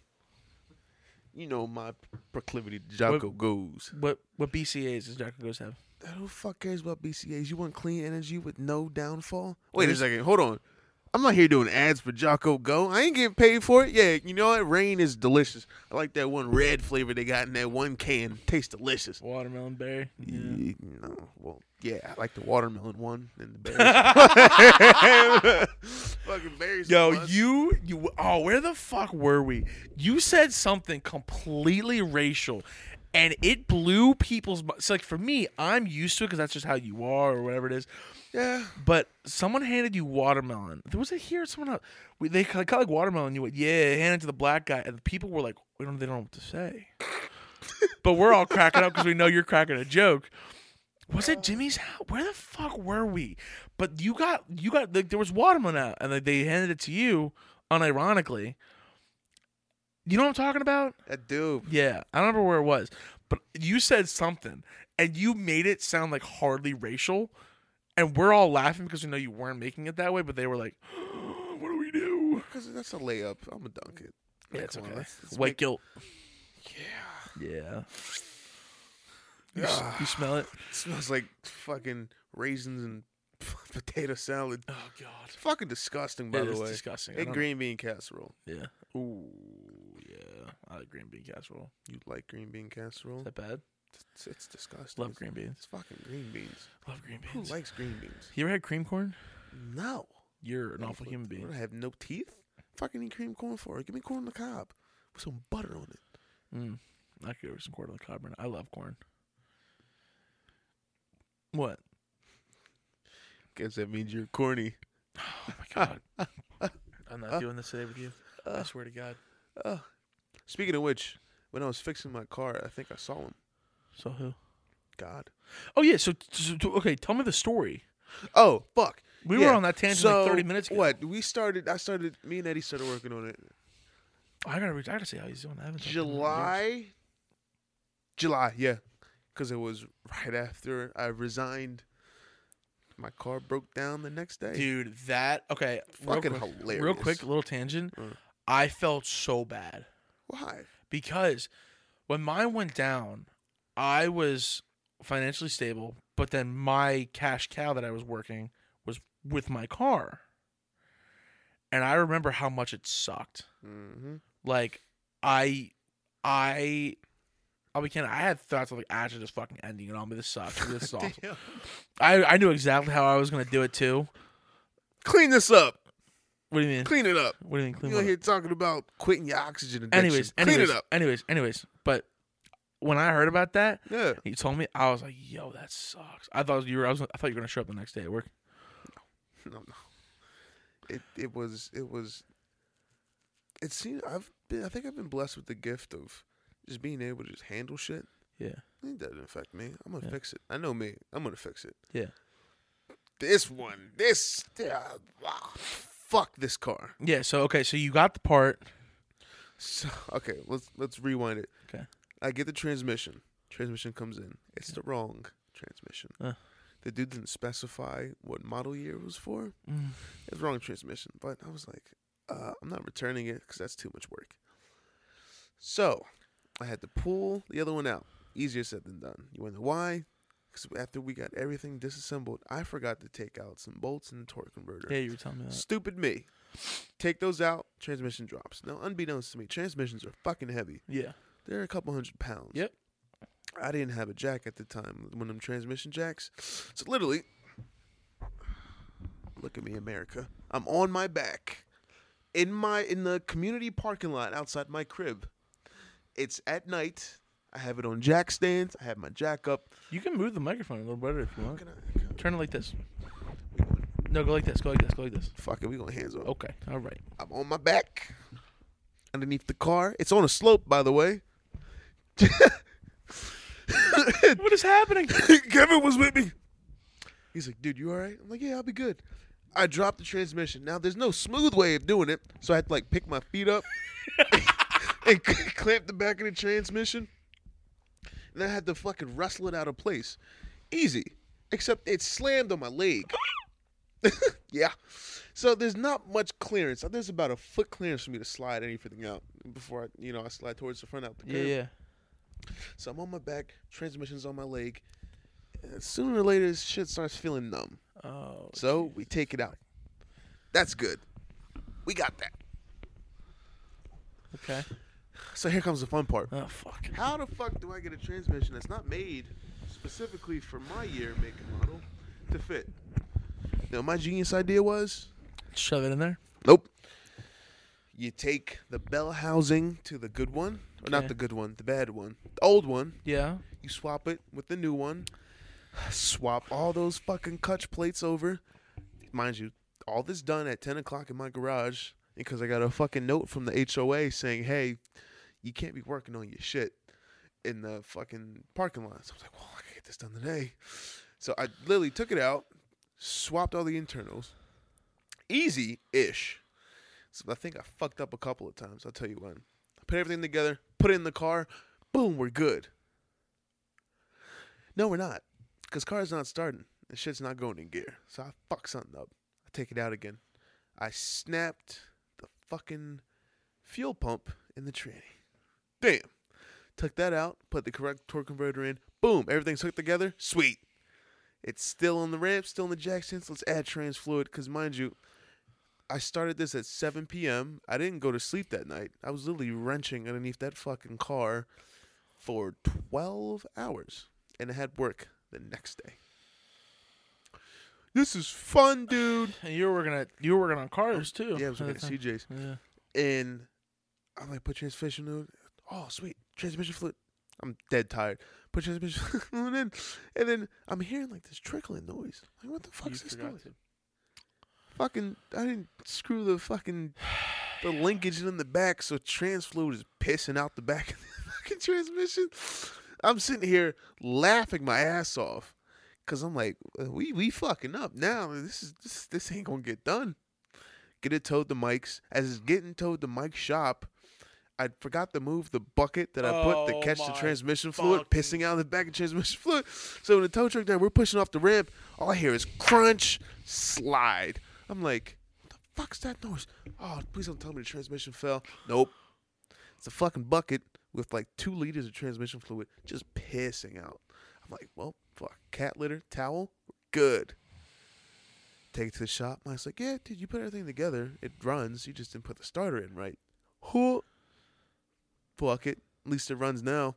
Speaker 1: You know my proclivity to Jocko Goes.
Speaker 2: What what BCAs does Jack Goes have?
Speaker 1: I don't fuck cares about BCAs. You want clean energy with no downfall? Wait a second. Hold on. I'm not here doing ads for Jocko Go. I ain't getting paid for it. Yeah, you know what? Rain is delicious. I like that one red flavor they got in that one can. Tastes delicious.
Speaker 2: Watermelon berry. Yeah.
Speaker 1: Y- No, well, yeah, I like the watermelon one and the berries. Fucking berries. are
Speaker 2: Yo,
Speaker 1: must.
Speaker 2: you you oh, where the fuck were we? You said something completely racial, and it blew people's. mi- So like for me, I'm used to it because that's just how you are or whatever it is.
Speaker 1: Yeah.
Speaker 2: But someone handed you watermelon. There was it here. Someone else, we- they kind of like watermelon. and You went, yeah, hand it to the black guy, and the people were like, we don't, they don't know what to say. but we're all cracking up because we know you're cracking a joke. Was it Jimmy's house? Where the fuck were we? But you got you got like there was watermelon out, and like, they handed it to you unironically. You know what I'm talking about?
Speaker 1: That dude.
Speaker 2: Yeah, I don't remember where it was, but you said something, and you made it sound like hardly racial, and we're all laughing because we know you weren't making it that way, but they were like, "What do we do?"
Speaker 1: Because that's a layup. I'm a dunk it.
Speaker 2: Yeah,
Speaker 1: Like,
Speaker 2: it's
Speaker 1: come on,
Speaker 2: okay.
Speaker 1: let's- let's
Speaker 2: White
Speaker 1: make-
Speaker 2: guilt.
Speaker 1: Yeah.
Speaker 2: Yeah. You, s-
Speaker 1: Ah.
Speaker 2: you smell it?
Speaker 1: It smells like fucking raisins and potato salad.
Speaker 2: Oh God.
Speaker 1: It's fucking disgusting, by
Speaker 2: It
Speaker 1: the
Speaker 2: is
Speaker 1: way.
Speaker 2: disgusting. I
Speaker 1: And
Speaker 2: don't-
Speaker 1: green bean casserole.
Speaker 2: yeah. Ooh. Yeah. I like green bean casserole.
Speaker 1: You like green bean casserole?
Speaker 2: Is that bad?
Speaker 1: It's, it's disgusting.
Speaker 2: Love green beans.
Speaker 1: It's fucking green beans.
Speaker 2: Love green
Speaker 1: Who
Speaker 2: beans.
Speaker 1: likes green beans?
Speaker 2: you ever had cream corn?
Speaker 1: No.
Speaker 2: You're an
Speaker 1: Like,
Speaker 2: awful
Speaker 1: what-
Speaker 2: human
Speaker 1: what
Speaker 2: being.
Speaker 1: do I have no teeth. Fucking eat cream corn for it. Give me corn on the cob with some butter on it.
Speaker 2: Mm. I could go with some corn on the cob. right now. I love corn. What?
Speaker 1: Guess that means you're corny.
Speaker 2: Oh my god. I'm not doing this today with you. I swear to God.
Speaker 1: Speaking of which, when I was fixing my car, I think I saw him.
Speaker 2: So who?
Speaker 1: God.
Speaker 2: Oh yeah. So, so so- okay. Tell me the story.
Speaker 1: Oh fuck!
Speaker 2: We
Speaker 1: Yeah.
Speaker 2: were on that tangent
Speaker 1: so
Speaker 2: like 30 minutes ago.
Speaker 1: What we started, I started. Me and Eddie started working on it.
Speaker 2: I gotta reach. I gotta see how he's doing. I haven't talked to him in years.
Speaker 1: July. July, yeah, because it was right after I resigned. My car broke down the next day.
Speaker 2: dude. That okay.
Speaker 1: Fucking
Speaker 2: real quick,
Speaker 1: hilarious.
Speaker 2: Real quick, little tangent.
Speaker 1: Mm.
Speaker 2: I felt so bad
Speaker 1: Why?
Speaker 2: because when mine went down, I was financially stable, but then my cash cow that I was working was with my car, and I remember how much it sucked.
Speaker 1: Mm-hmm.
Speaker 2: Like I, I. I'll be kidding. I had thoughts of like actually just fucking ending it on me. This sucks. This is awful. I, I knew exactly how I was gonna do it too.
Speaker 1: Clean this up.
Speaker 2: What do you mean?
Speaker 1: Clean it up.
Speaker 2: What do you mean? Clean
Speaker 1: You
Speaker 2: what
Speaker 1: out
Speaker 2: up?
Speaker 1: here talking about quitting your oxygen addiction.
Speaker 2: anyways,
Speaker 1: clean
Speaker 2: anyways,
Speaker 1: it up.
Speaker 2: anyways, anyways. But when I heard about that,
Speaker 1: Yeah.
Speaker 2: he told me I was like, "Yo, that sucks." I thought you were. I, was, I thought you were gonna show up the next day at work.
Speaker 1: No, no. It it was it was. It seems I've been, I think I've been blessed with the gift of just being able to just handle shit.
Speaker 2: Yeah.
Speaker 1: It doesn't affect me. I'm gonna
Speaker 2: Yeah.
Speaker 1: fix it. I know me. I'm gonna fix it.
Speaker 2: Yeah.
Speaker 1: This one, this, ah, ah, fuck this car.
Speaker 2: Yeah. So okay. So you got the part.
Speaker 1: So okay, let's let's rewind it.
Speaker 2: Okay.
Speaker 1: I get the transmission. Transmission comes in. It's the wrong transmission.
Speaker 2: Uh.
Speaker 1: The dude didn't specify what model year it was for.
Speaker 2: Mm.
Speaker 1: It's wrong transmission, but I was like, uh, I'm not returning it because that's too much work. So I had to pull the other one out. Easier said than done. You wonder why? Because after we got everything disassembled, I forgot to take out some bolts and the torque converter.
Speaker 2: Yeah, you were telling me that.
Speaker 1: Stupid me. Take those out, transmission drops. Now, unbeknownst to me, transmissions are fucking heavy.
Speaker 2: Yeah.
Speaker 1: They're a couple hundred pounds.
Speaker 2: Yep.
Speaker 1: I didn't have a jack at the time, one of them transmission jacks. So literally, look at me, America. I'm on my back in my in the community parking lot outside my crib. It's at night. I have it on jack stands. I have my jack up.
Speaker 2: You can move the microphone a little better if you want.
Speaker 1: Can I-
Speaker 2: Turn it like this. No, go like this. Go like this. Go like this.
Speaker 1: Fuck it, we going hands on.
Speaker 2: Okay. All right.
Speaker 1: I'm on my back underneath the car. It's on a slope, by the way.
Speaker 2: What is happening?
Speaker 1: Kevin was with me. He's like, dude, you all right? I'm like, yeah, I'll be good. I dropped the transmission. Now, there's no smooth way of doing it, so I had to like pick my feet up and clamp the back of the transmission. And I had to fucking wrestle it out of place. Easy. Except it slammed on my leg. yeah. So there's not much clearance. There's about a foot clearance for me to slide anything out before I, you know, I slide towards the front out the curb.
Speaker 2: Yeah. Yeah.
Speaker 1: So I'm on my back, transmission's on my leg. And Sooner or later, this shit starts feeling numb.
Speaker 2: Oh.
Speaker 1: So we take it out. That's good. We got that.
Speaker 2: Okay.
Speaker 1: So here comes the fun part.
Speaker 2: Oh fuck.
Speaker 1: How the fuck do I get a transmission that's not made specifically for my year, make, and model to fit? Now, my genius idea was
Speaker 2: Shove it in there.
Speaker 1: Nope. You take the bell housing to the good one, or not
Speaker 2: Okay.
Speaker 1: the good one, the bad one, the old one.
Speaker 2: Yeah.
Speaker 1: You swap it with the new one. Swap all those fucking clutch plates over. Mind you, all this done at 10 o'clock in my garage because I got a fucking note from the HOA saying, hey, you can't be working on your shit in the fucking parking lot. So I was like, well, I can get this done today. So I literally took it out, swapped all the internals. Easy ish. So I think I fucked up a couple of times. I'll tell you when. I put everything together, put it in the car, boom, we're good. No, we're not. Because car's not starting. The shit's not going in gear. So I fuck something up. I take it out again. I snapped the fucking fuel pump in the tranny. Damn. Took that out, put the correct torque converter in. Boom. Everything's hooked together. Sweet. It's still on the ramp, still in the jack stands. Let's add trans fluid. Because mind you, I started this at 7 p.m. I didn't go to sleep that night. I was literally wrenching underneath that fucking car for 12 hours and I had work the next day. This is fun, dude.
Speaker 2: And you were working at you were working on cars too.
Speaker 1: Yeah, I was
Speaker 2: at
Speaker 1: looking at
Speaker 2: the time.
Speaker 1: CJ's.
Speaker 2: Yeah.
Speaker 1: And I'm like, put transmission fluid. Oh, sweet. Transmission fluid. I'm dead tired. Put transmission fluid in. And then I'm hearing like this trickling noise. Like, what the
Speaker 2: You
Speaker 1: fuck's this
Speaker 2: forgot
Speaker 1: noise?
Speaker 2: to-
Speaker 1: Fucking, I didn't screw the fucking, the linkage in the back. So trans fluid is pissing out the back of the fucking transmission. I'm sitting here laughing my ass off. Cause I'm like, uh, we we fucking up now. This is this this ain't gonna get done. Get it towed to Mike's. As it's getting towed to Mike's shop, I forgot to move the bucket that I put
Speaker 2: Oh
Speaker 1: to catch the
Speaker 2: my
Speaker 1: transmission fluid,
Speaker 2: fucking-
Speaker 1: pissing out of the back of transmission fluid. So when the tow truck down, we're pushing off the ramp. All I hear is crunch, slide. I'm like, what the fuck's that noise? Oh, please don't tell me the transmission fell. Nope. It's a fucking bucket with like two liters of transmission fluid just pissing out. I'm like, well, fuck. Cat litter, towel, good. Take it to the shop. Mike's like, yeah, dude, you put everything together. It runs. You just didn't put the starter in right. Who? Fuck it. At least it runs now.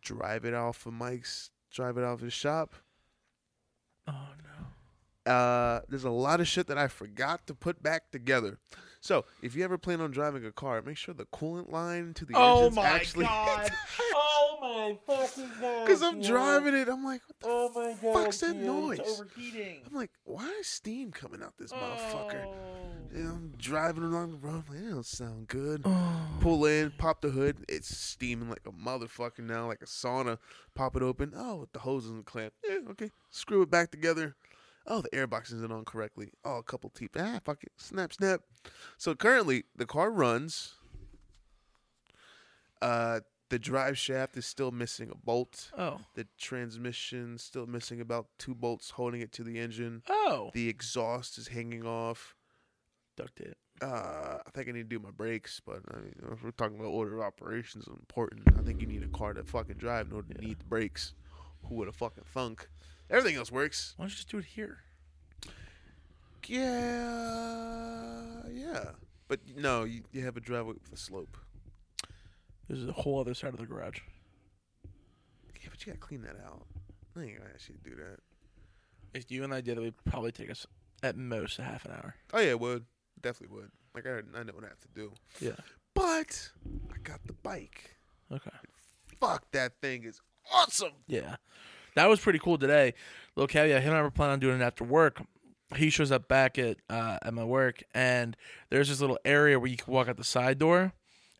Speaker 1: Drive it off of Mike's. Drive it off his shop.
Speaker 2: Oh no.
Speaker 1: Uh, there's a lot of shit that I forgot to put back together. So if you ever plan on driving a car, make sure the coolant line to the
Speaker 2: Oh
Speaker 1: engine's
Speaker 2: my
Speaker 1: actually.
Speaker 2: god. oh my fucking god.
Speaker 1: Because I'm
Speaker 2: yeah.
Speaker 1: driving it, I'm like, what the
Speaker 2: Oh my god.
Speaker 1: fuck's that
Speaker 2: yeah,
Speaker 1: noise?
Speaker 2: It's overheating.
Speaker 1: I'm like, why is steam coming out this motherfucker?
Speaker 2: Oh.
Speaker 1: And I'm driving along the road. I'm like, that don't sound good.
Speaker 2: Oh.
Speaker 1: Pull in, pop the hood. It's steaming like a motherfucker now, like a sauna. Pop it open. Oh, the hose isn't clamped. Yeah, okay. Screw it back together. Oh, the airbox isn't on correctly. Oh, a couple teeth. Ah, fuck it. Snap, snap. So currently, the car runs. Uh, the drive shaft is still missing a bolt.
Speaker 2: Oh.
Speaker 1: The transmission still missing about two bolts holding it to the engine.
Speaker 2: Oh.
Speaker 1: The exhaust is hanging off.
Speaker 2: Duct tape.
Speaker 1: Uh, I think I need to do my brakes, but I mean, if we're talking about order of operations, it's important. I think you need a car to fucking drive in order to
Speaker 2: Yeah.
Speaker 1: need the brakes. Who would have fucking thunk? Everything else works.
Speaker 2: Why don't you just do it here?
Speaker 1: Yeah, yeah. But no, you, you have a driveway with a slope.
Speaker 2: There's a whole other side of the garage.
Speaker 1: Yeah, but you gotta clean that out. I ain't gonna actually do that.
Speaker 2: If you and I did it, would probably take us at most a half an hour.
Speaker 1: Oh yeah, it would definitely would. Like I, I know what I have to do.
Speaker 2: Yeah.
Speaker 1: But I got the bike.
Speaker 2: Okay.
Speaker 1: Fuck that thing is awesome.
Speaker 2: Yeah. That was pretty cool today. Little caveat, him and I were planning on doing it after work. He shows up back at uh, at my work and there's this little area where you can walk out the side door.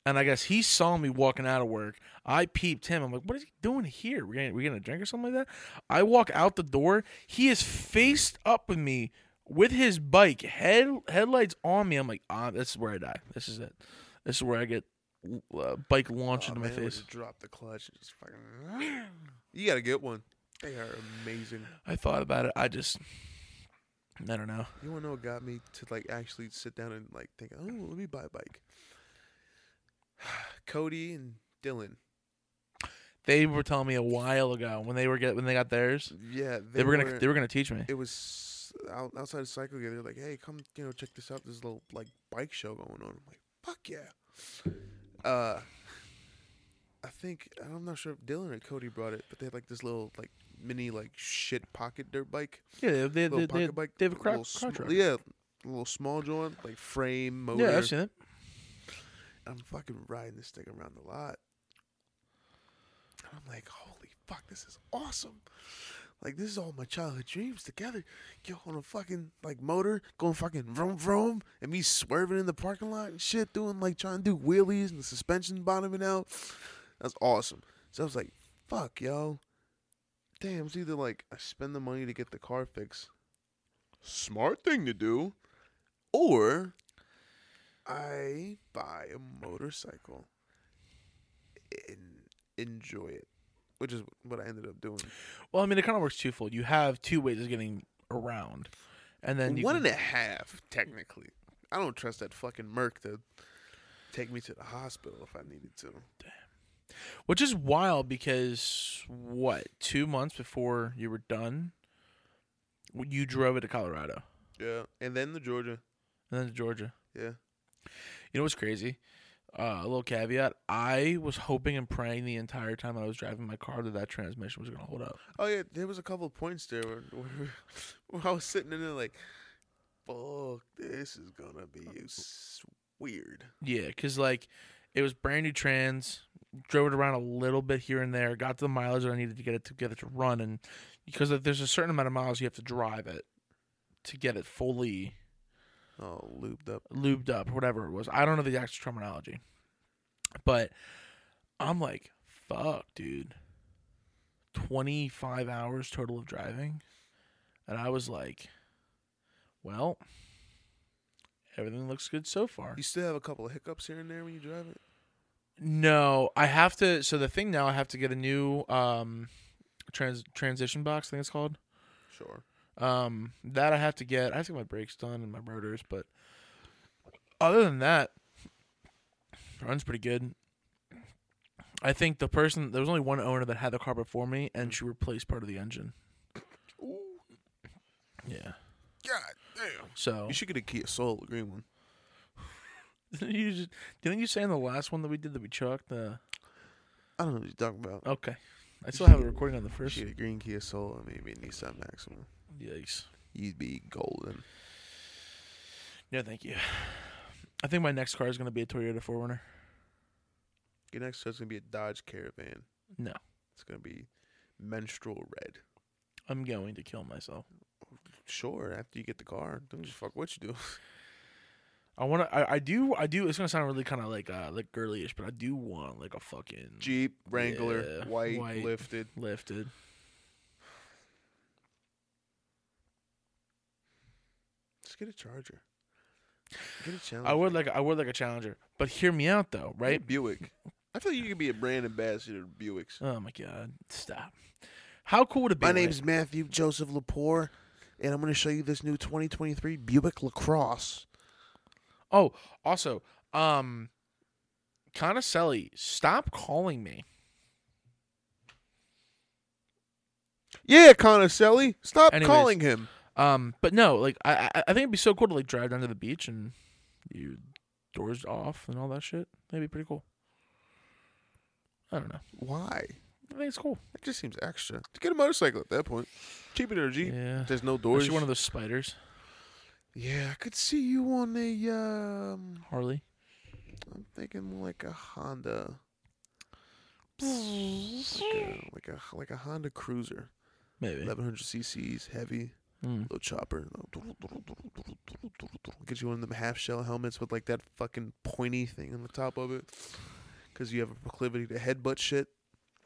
Speaker 2: And I guess he saw me walking out of work. I peeped him. I'm like, what is he doing here? We're gonna we gonna drink or something like that? I walk out the door. He is faced up with me with his bike, head headlights on me. I'm like, ah, this is where I die. This is it. This is where I get uh, bike launched
Speaker 1: Aw,
Speaker 2: into my
Speaker 1: Oh, man, I would've
Speaker 2: face.
Speaker 1: dropped the clutch. and Just fucking. You gotta get one. They are amazing.
Speaker 2: I thought about it. I just, I don't know.
Speaker 1: You wanna know what got me to like actually sit down and like think, oh, let me buy a bike. Cody and Dylan.
Speaker 2: They were telling me a while ago when they were get when they got theirs.
Speaker 1: Yeah,
Speaker 2: They, were gonna they were gonna teach me.
Speaker 1: It was out, outside of Cycle Gear. They're like, hey, come, you know, check this out. There's a little like bike show going on. I'm like, fuck yeah. Uh, I think I'm not sure if Dylan or Cody brought it, but they had like this little like mini like shit pocket dirt bike.
Speaker 2: Yeah, they they
Speaker 1: little
Speaker 2: they, they,
Speaker 1: pocket bike.
Speaker 2: they have a crack,
Speaker 1: little sm-
Speaker 2: car truck. Yeah,
Speaker 1: Yeah, a little small joint, like frame motor.
Speaker 2: I've seen it.
Speaker 1: I'm fucking riding this thing around the lot. And I'm like, holy fuck, this is awesome. Like this is all my childhood dreams together. Yo, on a fucking like motor, going fucking vroom vroom, and me swerving in the parking lot and shit, doing like trying to do wheelies and the suspension bottoming out. That's awesome. So I was like, fuck, yo. Damn, it's either like I spend the money to get the car fixed. Smart thing to do. Or I buy a motorcycle and enjoy it, which is what I ended up doing.
Speaker 2: Well, I mean, it kind of works twofold. You have two ways of getting around, and then you
Speaker 1: One
Speaker 2: can,
Speaker 1: and a half, technically. I don't trust that fucking Merc to take me to the hospital if I needed to.
Speaker 2: which is wild because what two months before you were done, you drove it to Colorado
Speaker 1: Yeah, and then the Georgia.
Speaker 2: and then to Georgia.
Speaker 1: Yeah,
Speaker 2: You know what's crazy? Uh, a little caveat. I was hoping and praying the entire time I was driving my car that that transmission was going to hold up.
Speaker 1: Oh yeah, there was a couple of points there where, where, where I was sitting in there like, "Fuck, this is gonna be s- weird."
Speaker 2: Yeah, because, like, it was brand new trans. Drove it around a little bit here and there. Got to the mileage that I needed to get it to get it to run. And because there's a certain amount of miles you have to drive it to get it fully
Speaker 1: Oh, lubed up.
Speaker 2: lubed up, or whatever it was. I don't know the actual terminology. But I'm like, fuck, dude. 25 hours total of driving. And I was like, well, everything looks good so far.
Speaker 1: You still have a couple of hiccups here and there when you drive it.
Speaker 2: No, I have to. So the thing now, I have to get a new um, trans transition box. I think it's called.
Speaker 1: Sure.
Speaker 2: Um, that I have to get. I have to get my brakes done and my rotors, but other than that, runs pretty good. I think the person there was only one owner that had the car before me, and she replaced part of the engine.
Speaker 1: Ooh,
Speaker 2: Yeah.
Speaker 1: God damn.
Speaker 2: So
Speaker 1: You should get a Kia Soul, a green one.
Speaker 2: didn't you, just, didn't you say in the last one that we did that we chucked the?
Speaker 1: I don't know what you're talking about.
Speaker 2: Okay, I still have a recording on the
Speaker 1: You
Speaker 2: first.
Speaker 1: should get a green Kia Soul and maybe a Nissan Maxima.
Speaker 2: Yikes.
Speaker 1: You'd be golden.
Speaker 2: No, thank you. I think my next car is going to be a Toyota 4Runner.
Speaker 1: Your next car's gonna be a Dodge Caravan.
Speaker 2: No.
Speaker 1: It's gonna be menstrual red.
Speaker 2: I'm going to kill myself.
Speaker 1: Sure. After you get the car, don't just fuck what you do.
Speaker 2: I want to. I, I do. I do. It's gonna sound really kind of like uh like girlyish, but I do want like a fucking
Speaker 1: Jeep Wrangler,
Speaker 2: Yeah,
Speaker 1: white,
Speaker 2: white.
Speaker 1: lifted.
Speaker 2: lifted.
Speaker 1: Just get a Charger. Get a Challenger.
Speaker 2: I would like. I would like a Challenger. But hear me out though,
Speaker 1: Get a
Speaker 2: right?
Speaker 1: Buick. I feel like you could be a brand ambassador to Buicks.
Speaker 2: Oh my god! Stop. How cool would it be?
Speaker 1: My
Speaker 2: right?
Speaker 1: name's Matthew Joseph Lepore, and I'm going to show you this new 2023 Buick LaCrosse.
Speaker 2: Oh, also, um, Conacelli, stop calling me.
Speaker 1: Yeah, Conacelli, stop
Speaker 2: Anyways.
Speaker 1: calling him.
Speaker 2: Um, but no, like I, I, I think it'd be so cool to like drive down to the beach and you doors off and all that shit. That'd be pretty cool. I don't know.
Speaker 1: Why?
Speaker 2: I think it's cool.
Speaker 1: That just seems extra. To get a motorcycle at that point, cheaper than a Jeep.
Speaker 2: Yeah.
Speaker 1: There's no
Speaker 2: Or
Speaker 1: doors.
Speaker 2: one of those spiders,
Speaker 1: yeah, I could see you on a. Um,
Speaker 2: Harley.
Speaker 1: I'm thinking more like a Honda. Like a like a, like a Honda Cruiser,
Speaker 2: Maybe.
Speaker 1: 1100 cc's, heavy,
Speaker 2: Mm.
Speaker 1: little chopper. Get you one of them half shell helmets with like that fucking pointy thing on the top of it, because you have a proclivity to headbutt shit.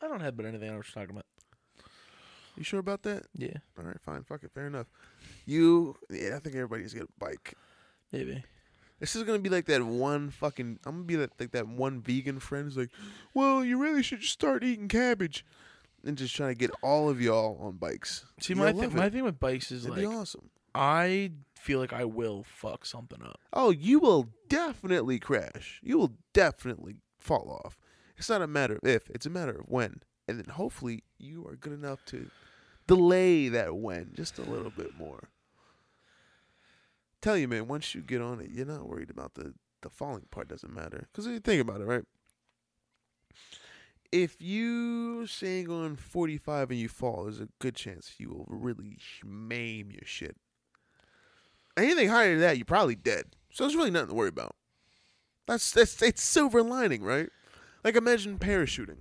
Speaker 2: I don't have but anything I was talking about.
Speaker 1: You sure about that?
Speaker 2: Yeah.
Speaker 1: All right, fine, fuck it, fair enough. You, yeah, I think everybody's got a bike.
Speaker 2: Maybe.
Speaker 1: This is gonna be like that one fucking. I'm gonna be that like that one vegan friend who's like, "Well, you really should just start eating cabbage," and just trying to get all of y'all on bikes.
Speaker 2: See,
Speaker 1: You'll
Speaker 2: my th-
Speaker 1: love
Speaker 2: my
Speaker 1: it.
Speaker 2: thing with bikes is
Speaker 1: It'd
Speaker 2: like
Speaker 1: be awesome.
Speaker 2: I feel like I will fuck something up.
Speaker 1: Oh, you will definitely crash. You will definitely fall off. It's not a matter of if; it's a matter of when. And then hopefully you are good enough to delay that when just a little bit more. Tell you, man, once you get on it, you're not worried about the the falling part. Doesn't matter because you think about it, right? If you sing on 45 and you fall, there's a good chance you will really maim your shit. Anything higher than that, you're probably dead. So there's really nothing to worry about. That's that's it's silver lining, right? Like imagine parachuting.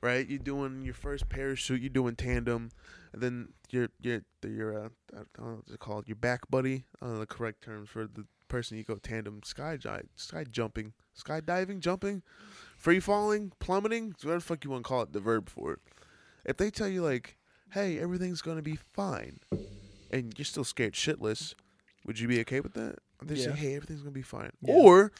Speaker 1: Right, you're doing your first parachute. You're doing tandem, and then your your your uh, I don't know what's it called. Your back buddy. I don't know the correct terms for the person you go tandem sky gi- sky jumping, skydiving, jumping, free falling, plummeting. Whatever the fuck you want to call it, the verb for it. If they tell you like, "Hey, everything's gonna be fine," and you're still scared shitless, would you be okay with that? Or They
Speaker 2: Yeah.
Speaker 1: say, "Hey, everything's gonna be fine,"
Speaker 2: Yeah.
Speaker 1: or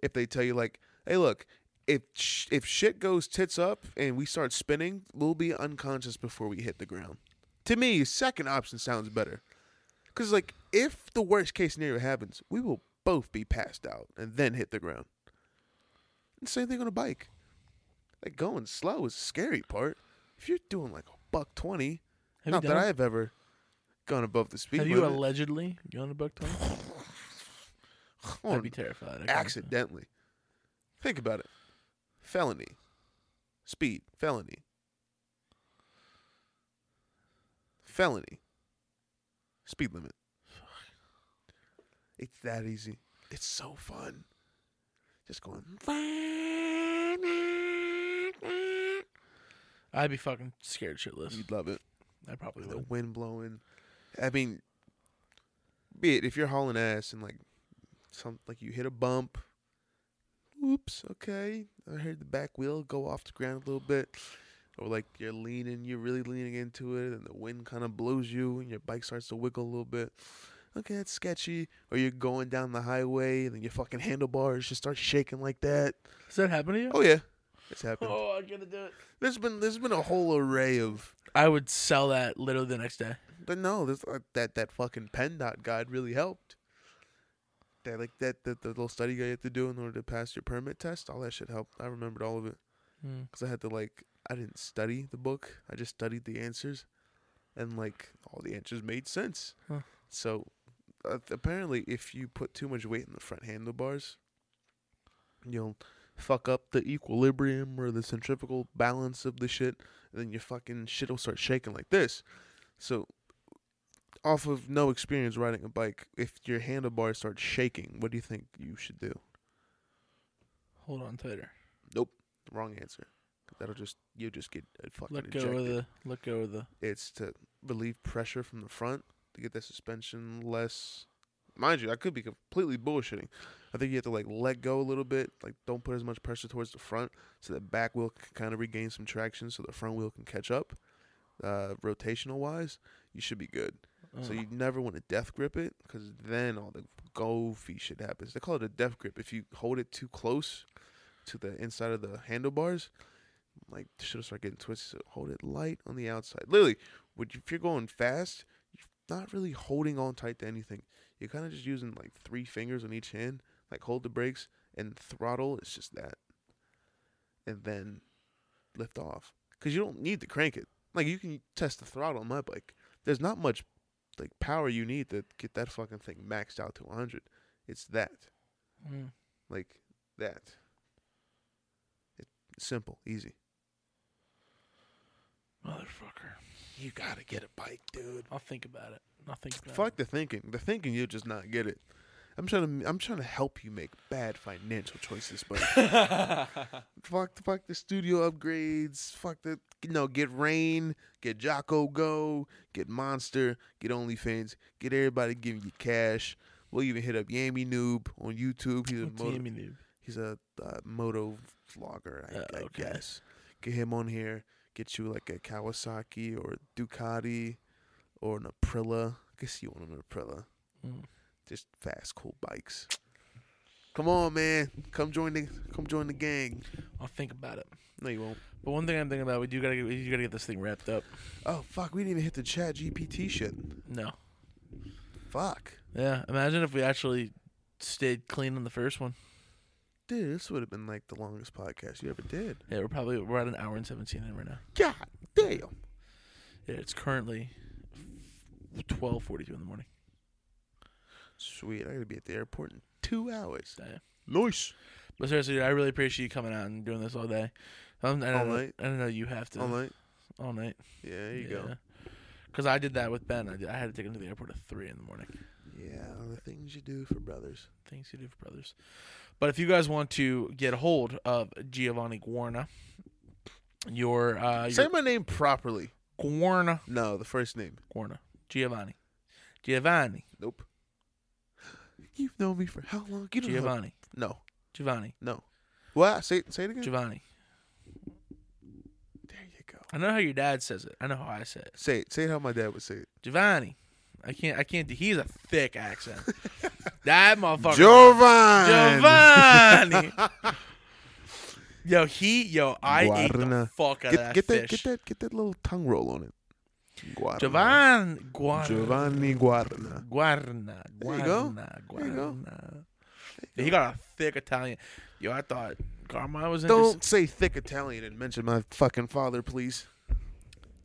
Speaker 1: if they tell you like, "Hey, look." If sh- if shit goes tits up and we start spinning, we'll be unconscious before we hit the ground. To me, second option sounds better. Because, like, if the worst case scenario happens, we will both be passed out and then hit the ground. And same thing on a bike. Like, going slow is the scary part. If you're doing like a buck 20,
Speaker 2: Have
Speaker 1: not
Speaker 2: you
Speaker 1: that
Speaker 2: done?
Speaker 1: I
Speaker 2: it?
Speaker 1: have ever gone above the speed
Speaker 2: have you
Speaker 1: limit.
Speaker 2: allegedly gone to buck tunnel?
Speaker 1: on
Speaker 2: I'd be terrified. I couldn't-
Speaker 1: accidentally. Think about it. Felony. Speed. Felony. Felony. Speed limit. It's that easy. It's so fun. Just going.
Speaker 2: I'd be fucking scared shitless.
Speaker 1: You'd love it.
Speaker 2: I probably
Speaker 1: The
Speaker 2: would.
Speaker 1: wind blowing. I mean, be it if you're hauling ass and like some like you hit a bump. Oops. Okay, I heard the back wheel go off the ground a little bit. or like you're leaning, you're really leaning into it, and the wind kind of blows you, and your bike starts to wiggle a little bit. Okay, that's sketchy. Or you're going down the highway, and then your fucking handlebars just start shaking like that.
Speaker 2: Does that happen to you?
Speaker 1: Oh yeah, it's happened.
Speaker 2: Oh, I gotta do it.
Speaker 1: There's been there's been a whole array of.
Speaker 2: I would sell that literally the next day.
Speaker 1: But no, this, uh, that that fucking PennDOT guide really helped. That like that, that the little study guide you have to do in order to pass your permit test, all that shit helped. I remembered all of it.
Speaker 2: Hmm.
Speaker 1: because I had to like I didn't study the book. I just studied the answers, and like all the answers made sense.
Speaker 2: Huh.
Speaker 1: So uh, apparently, if you put too much weight in the front handlebars, you'll fuck up the equilibrium or the centrifugal balance of the shit, and then your fucking shit will start shaking like this. So. Off of no experience riding a bike, if your handlebars start shaking, what do you think you should do?
Speaker 2: Hold on tighter.
Speaker 1: Wrong answer. That'll just you just get uh, fucking
Speaker 2: Let go
Speaker 1: ejected.
Speaker 2: of the. Let go of the.
Speaker 1: it's to relieve pressure from the front to get that suspension less. Mind you, I could be completely bullshitting. I think you have to like let go a little bit, like don't put as much pressure towards the front, so the back wheel can kind of regain some traction, so the front wheel can catch up. Uh, rotational wise, you should be good. So
Speaker 2: uh,
Speaker 1: you never want to death grip it, because then all the goofy shit happens. They call it a death grip. If you hold it too close to the inside of the handlebars, like the shit'll start getting twisted. So hold it light on the outside. Literally, would you, if you're going fast, you're not really holding on tight to anything. You're kind of just using like three fingers on each hand, like hold the brakes and throttle. It's just that, and then lift off because you don't need to crank it. Like you can test the throttle on my bike. There's not much like power you need to get that fucking thing maxed out to 100. It's that
Speaker 2: mm.
Speaker 1: like that. It's simple, easy.
Speaker 2: Motherfucker.
Speaker 1: You gotta get a bike, dude.
Speaker 2: I'll think about it. I'll think about
Speaker 1: Fuck the thinking. The thinking, you'll just not get it. I'm trying to. I'm trying to help you make bad financial choices, but
Speaker 2: it.
Speaker 1: fuck, fuck the studio upgrades. Fuck the no. Get rain. Get Jocko Go. Get Monster. Get OnlyFans. Get everybody giving you cash. We'll even hit up Yami Noob on YouTube. He's a
Speaker 2: What's
Speaker 1: motor-
Speaker 2: Yami Noob?
Speaker 1: He's a uh, moto vlogger, I,
Speaker 2: Uh,
Speaker 1: I
Speaker 2: okay.
Speaker 1: guess. Get him on here. Get you like a Kawasaki or a Ducati or an Aprilia. I guess you want an Aprilia.
Speaker 2: Mm.
Speaker 1: Just fast, cool bikes. Come on, man. Come join the come join the gang.
Speaker 2: I'll think about it.
Speaker 1: No, you won't.
Speaker 2: But one thing I'm thinking about, we do gotta get, we do gotta get this thing wrapped up.
Speaker 1: Oh fuck, we didn't even hit the chat GPT shit.
Speaker 2: No.
Speaker 1: Fuck.
Speaker 2: Yeah. Imagine if we actually stayed clean on the first one.
Speaker 1: Dude, this would have been like the longest podcast you ever did.
Speaker 2: Yeah, we're probably we're at an hour and seventeen in right now.
Speaker 1: God damn.
Speaker 2: Yeah, it's currently twelve forty two in the morning.
Speaker 1: Sweet, I gotta be at the airport in two hours.
Speaker 2: Damn.
Speaker 1: Nice.
Speaker 2: But seriously, dude, I really appreciate you coming out and doing this all day. Um, I don't
Speaker 1: All
Speaker 2: know,
Speaker 1: night?
Speaker 2: I don't know you have to
Speaker 1: All night.
Speaker 2: all night.
Speaker 1: Yeah, there you go.
Speaker 2: Because I did that with Ben. I, did, I had to take him to the airport at three in the morning.
Speaker 1: Yeah, the things you do for brothers.
Speaker 2: Things you do for brothers. But if you guys want to get a hold of Giovanni Guarna, your uh,
Speaker 1: Say
Speaker 2: your
Speaker 1: my name properly.
Speaker 2: Guarna
Speaker 1: No, the first name.
Speaker 2: Guarna Giovanni Giovanni
Speaker 1: Nope. You've known me for how long? You don't know-
Speaker 2: Giovanni
Speaker 1: No,
Speaker 2: Giovanni
Speaker 1: no. What? Say say it again.
Speaker 2: Giovanni.
Speaker 1: there you go.
Speaker 2: I know how your dad says it. I know how I say it.
Speaker 1: Say it. Say it how my dad would say it.
Speaker 2: Giovanni. I can't. I can't. do- He has a thick accent. that motherfucker.
Speaker 1: Giovanni.
Speaker 2: Giovanni. yo, he. Yo, I ate the
Speaker 1: Guarna.
Speaker 2: fuck out of
Speaker 1: get
Speaker 2: that
Speaker 1: get that
Speaker 2: fish.
Speaker 1: get that get that little tongue roll on it. Guarna.
Speaker 2: Giovanni. Guarna.
Speaker 1: Giovanni Guarna.
Speaker 2: Guarna.
Speaker 1: There you go.
Speaker 2: Guarna.
Speaker 1: There you go.
Speaker 2: Guarna. He got a thick Italian. Yo, I thought Carmine was in this
Speaker 1: Don't say thick Italian and mention my fucking father, please.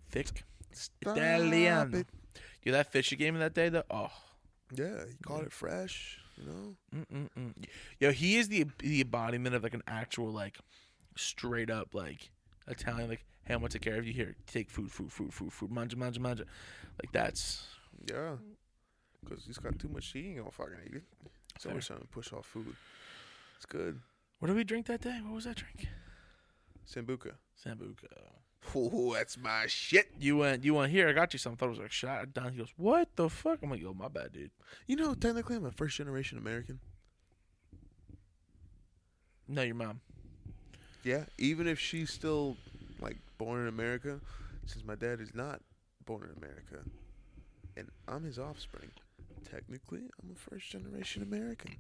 Speaker 2: thick
Speaker 1: Stop
Speaker 2: Italian.
Speaker 1: it.
Speaker 2: Yo, that fish you gave me that day though. Oh.
Speaker 1: Yeah, you caught it fresh. You know.
Speaker 2: Mm-mm-mm. Yo, he is the the embodiment of like an actual like straight up like Italian like hey I'm gonna take care of you here take food food food food food manja manja manja like that's
Speaker 1: Yeah. Because he's got too much eating on fucking eat it. He's
Speaker 2: Mm. Fair.
Speaker 1: always trying to push off food. It's good.
Speaker 2: what did we drink that day what was that drink
Speaker 1: Sambuca.
Speaker 2: sambuca
Speaker 1: Oh, that's my shit.
Speaker 2: you went you went here I got you something thought it was like shot done he goes what the fuck I'm like yo my bad dude
Speaker 1: You know, technically, I'm a first generation American.
Speaker 2: no your mom
Speaker 1: Yeah. Even if she's still, like, born in America, since my dad is not born in America, and I'm his offspring. Technically, I'm a first generation American.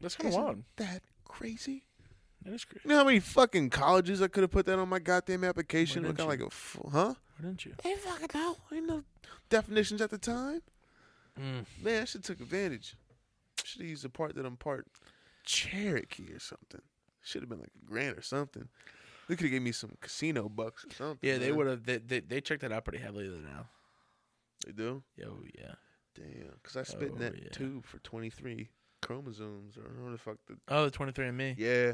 Speaker 2: That's kind of
Speaker 1: Isn't
Speaker 2: wild.
Speaker 1: That crazy?
Speaker 2: That is crazy.
Speaker 1: You know how many fucking colleges I could have put that on my goddamn application?
Speaker 2: Why
Speaker 1: I got
Speaker 2: didn't
Speaker 1: like
Speaker 2: you?
Speaker 1: a f- huh?
Speaker 2: Why didn't you?
Speaker 1: I didn't fucking know. I didn't know definitions at the time.
Speaker 2: Mm.
Speaker 1: Man, I should took advantage. Should have used the part that I'm part Cherokee or something. Should have been like a grant or something. They could have gave me some casino bucks or something.
Speaker 2: Yeah, they
Speaker 1: man.
Speaker 2: would have. They, they they checked that out pretty heavily though now.
Speaker 1: They do.
Speaker 2: Yeah, Oh yeah.
Speaker 1: Damn, because I spit
Speaker 2: Oh,
Speaker 1: in that
Speaker 2: yeah.
Speaker 1: tube for 23 chromosomes or whatever the fuck. The,
Speaker 2: Oh, the twenty three and me.
Speaker 1: yeah,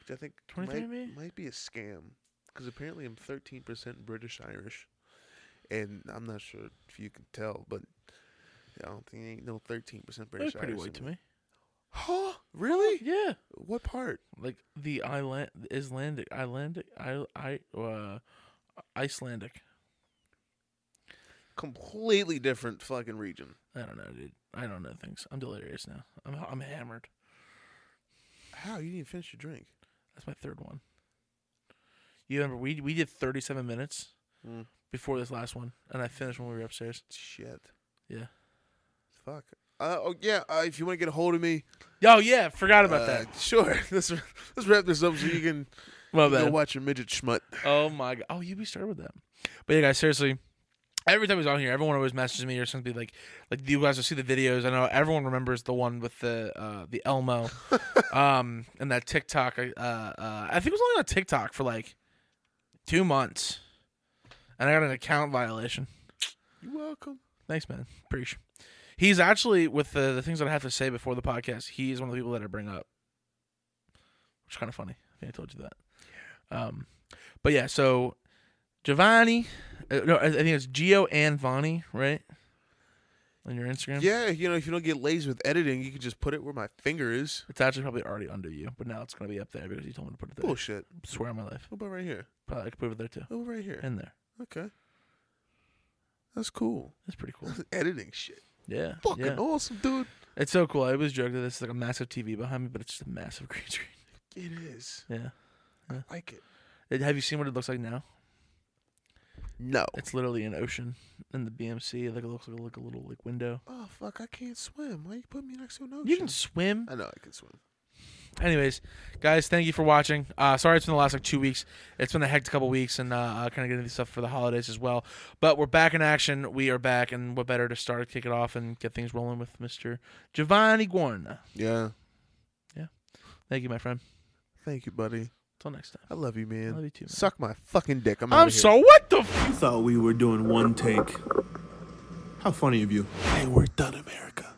Speaker 1: which I think
Speaker 2: 23
Speaker 1: might,
Speaker 2: andme?
Speaker 1: might be a scam because apparently I'm 13% British Irish, and I'm not sure if you can tell, but I don't think ain't no 13%
Speaker 2: That
Speaker 1: British
Speaker 2: was pretty
Speaker 1: Irish
Speaker 2: white to
Speaker 1: in
Speaker 2: me.
Speaker 1: Huh? Really?
Speaker 2: Yeah,
Speaker 1: What part?
Speaker 2: like the island, Icelandic, Icelandic, I, I, uh, Icelandic.
Speaker 1: Completely different fucking region.
Speaker 2: I don't know, dude. I don't know things. I'm delirious now. I'm I'm hammered.
Speaker 1: How you didn't finish your drink?
Speaker 2: That's my third one. You remember we we did 37 minutes
Speaker 1: Mm.
Speaker 2: before this last one, and I finished when we were upstairs.
Speaker 1: Shit.
Speaker 2: Yeah.
Speaker 1: Fuck. Uh, oh yeah. Uh, if you want to get a hold of me,
Speaker 2: Oh yeah, forgot about
Speaker 1: uh,
Speaker 2: that.
Speaker 1: Sure. Let's let's wrap this up so you can
Speaker 2: My
Speaker 1: go
Speaker 2: bad.
Speaker 1: watch your midget schmut.
Speaker 2: Oh my god. Oh, you be started with that. But yeah, guys, seriously. Every time he's on here, everyone always messages me or something like, like you guys will see the videos. I know everyone remembers the one with the uh, the Elmo, um, and that TikTok. Uh, uh, I think it was only on TikTok for like two months, and I got an account violation.
Speaker 1: You're welcome.
Speaker 2: Thanks, man. Appreciate. He's actually with the, the things that I have to say before the podcast. He is one of the people that I bring up, which is kind of funny. I think I told you that. Yeah. Um, but yeah, so Giovanni, uh, no, I I think it's Gio and Vani, right? On your Instagram.
Speaker 1: Yeah. You know, if you don't get lazy with editing, you can just put it where my finger is.
Speaker 2: It's actually probably already under you, but now it's gonna be up there because you told me to put it there.
Speaker 1: Bullshit.
Speaker 2: Swear on my life,
Speaker 1: What about right here?
Speaker 2: probably I could put it there too.
Speaker 1: What about right here?
Speaker 2: In there,
Speaker 1: Okay. That's cool.
Speaker 2: that's pretty cool.
Speaker 1: editing shit.
Speaker 2: Yeah,
Speaker 1: Fucking
Speaker 2: yeah.
Speaker 1: awesome, dude.
Speaker 2: It's so cool. I always joke that this is like a massive TV behind me, but it's just a massive green screen.
Speaker 1: It is.
Speaker 2: Yeah.
Speaker 1: I like it.
Speaker 2: Uh, Have you seen what it looks like now?
Speaker 1: No.
Speaker 2: It's literally an ocean in the BMC. Like it looks like, like a little like window.
Speaker 1: Oh fuck! I can't swim. Why you put me next to an ocean?
Speaker 2: You can swim.
Speaker 1: I know I can swim.
Speaker 2: Anyways, guys, thank you for watching. Uh, sorry it's been the last like two weeks. It's been a hectic couple weeks and uh, uh, kind of getting this stuff for the holidays as well. But we're back in action. We are back, and what better to start to kick it off and get things rolling with Mr. Giovanni Guarna.
Speaker 1: Yeah.
Speaker 2: Thank you, my friend.
Speaker 1: Thank you, buddy.
Speaker 2: Till next time.
Speaker 1: I love you, man.
Speaker 2: I love you too. Man.
Speaker 1: Suck my fucking dick. I'm,
Speaker 2: I'm
Speaker 1: outta here.
Speaker 2: so what the. F-
Speaker 3: You thought we were doing one take. How funny of you. Hey, we're done, America.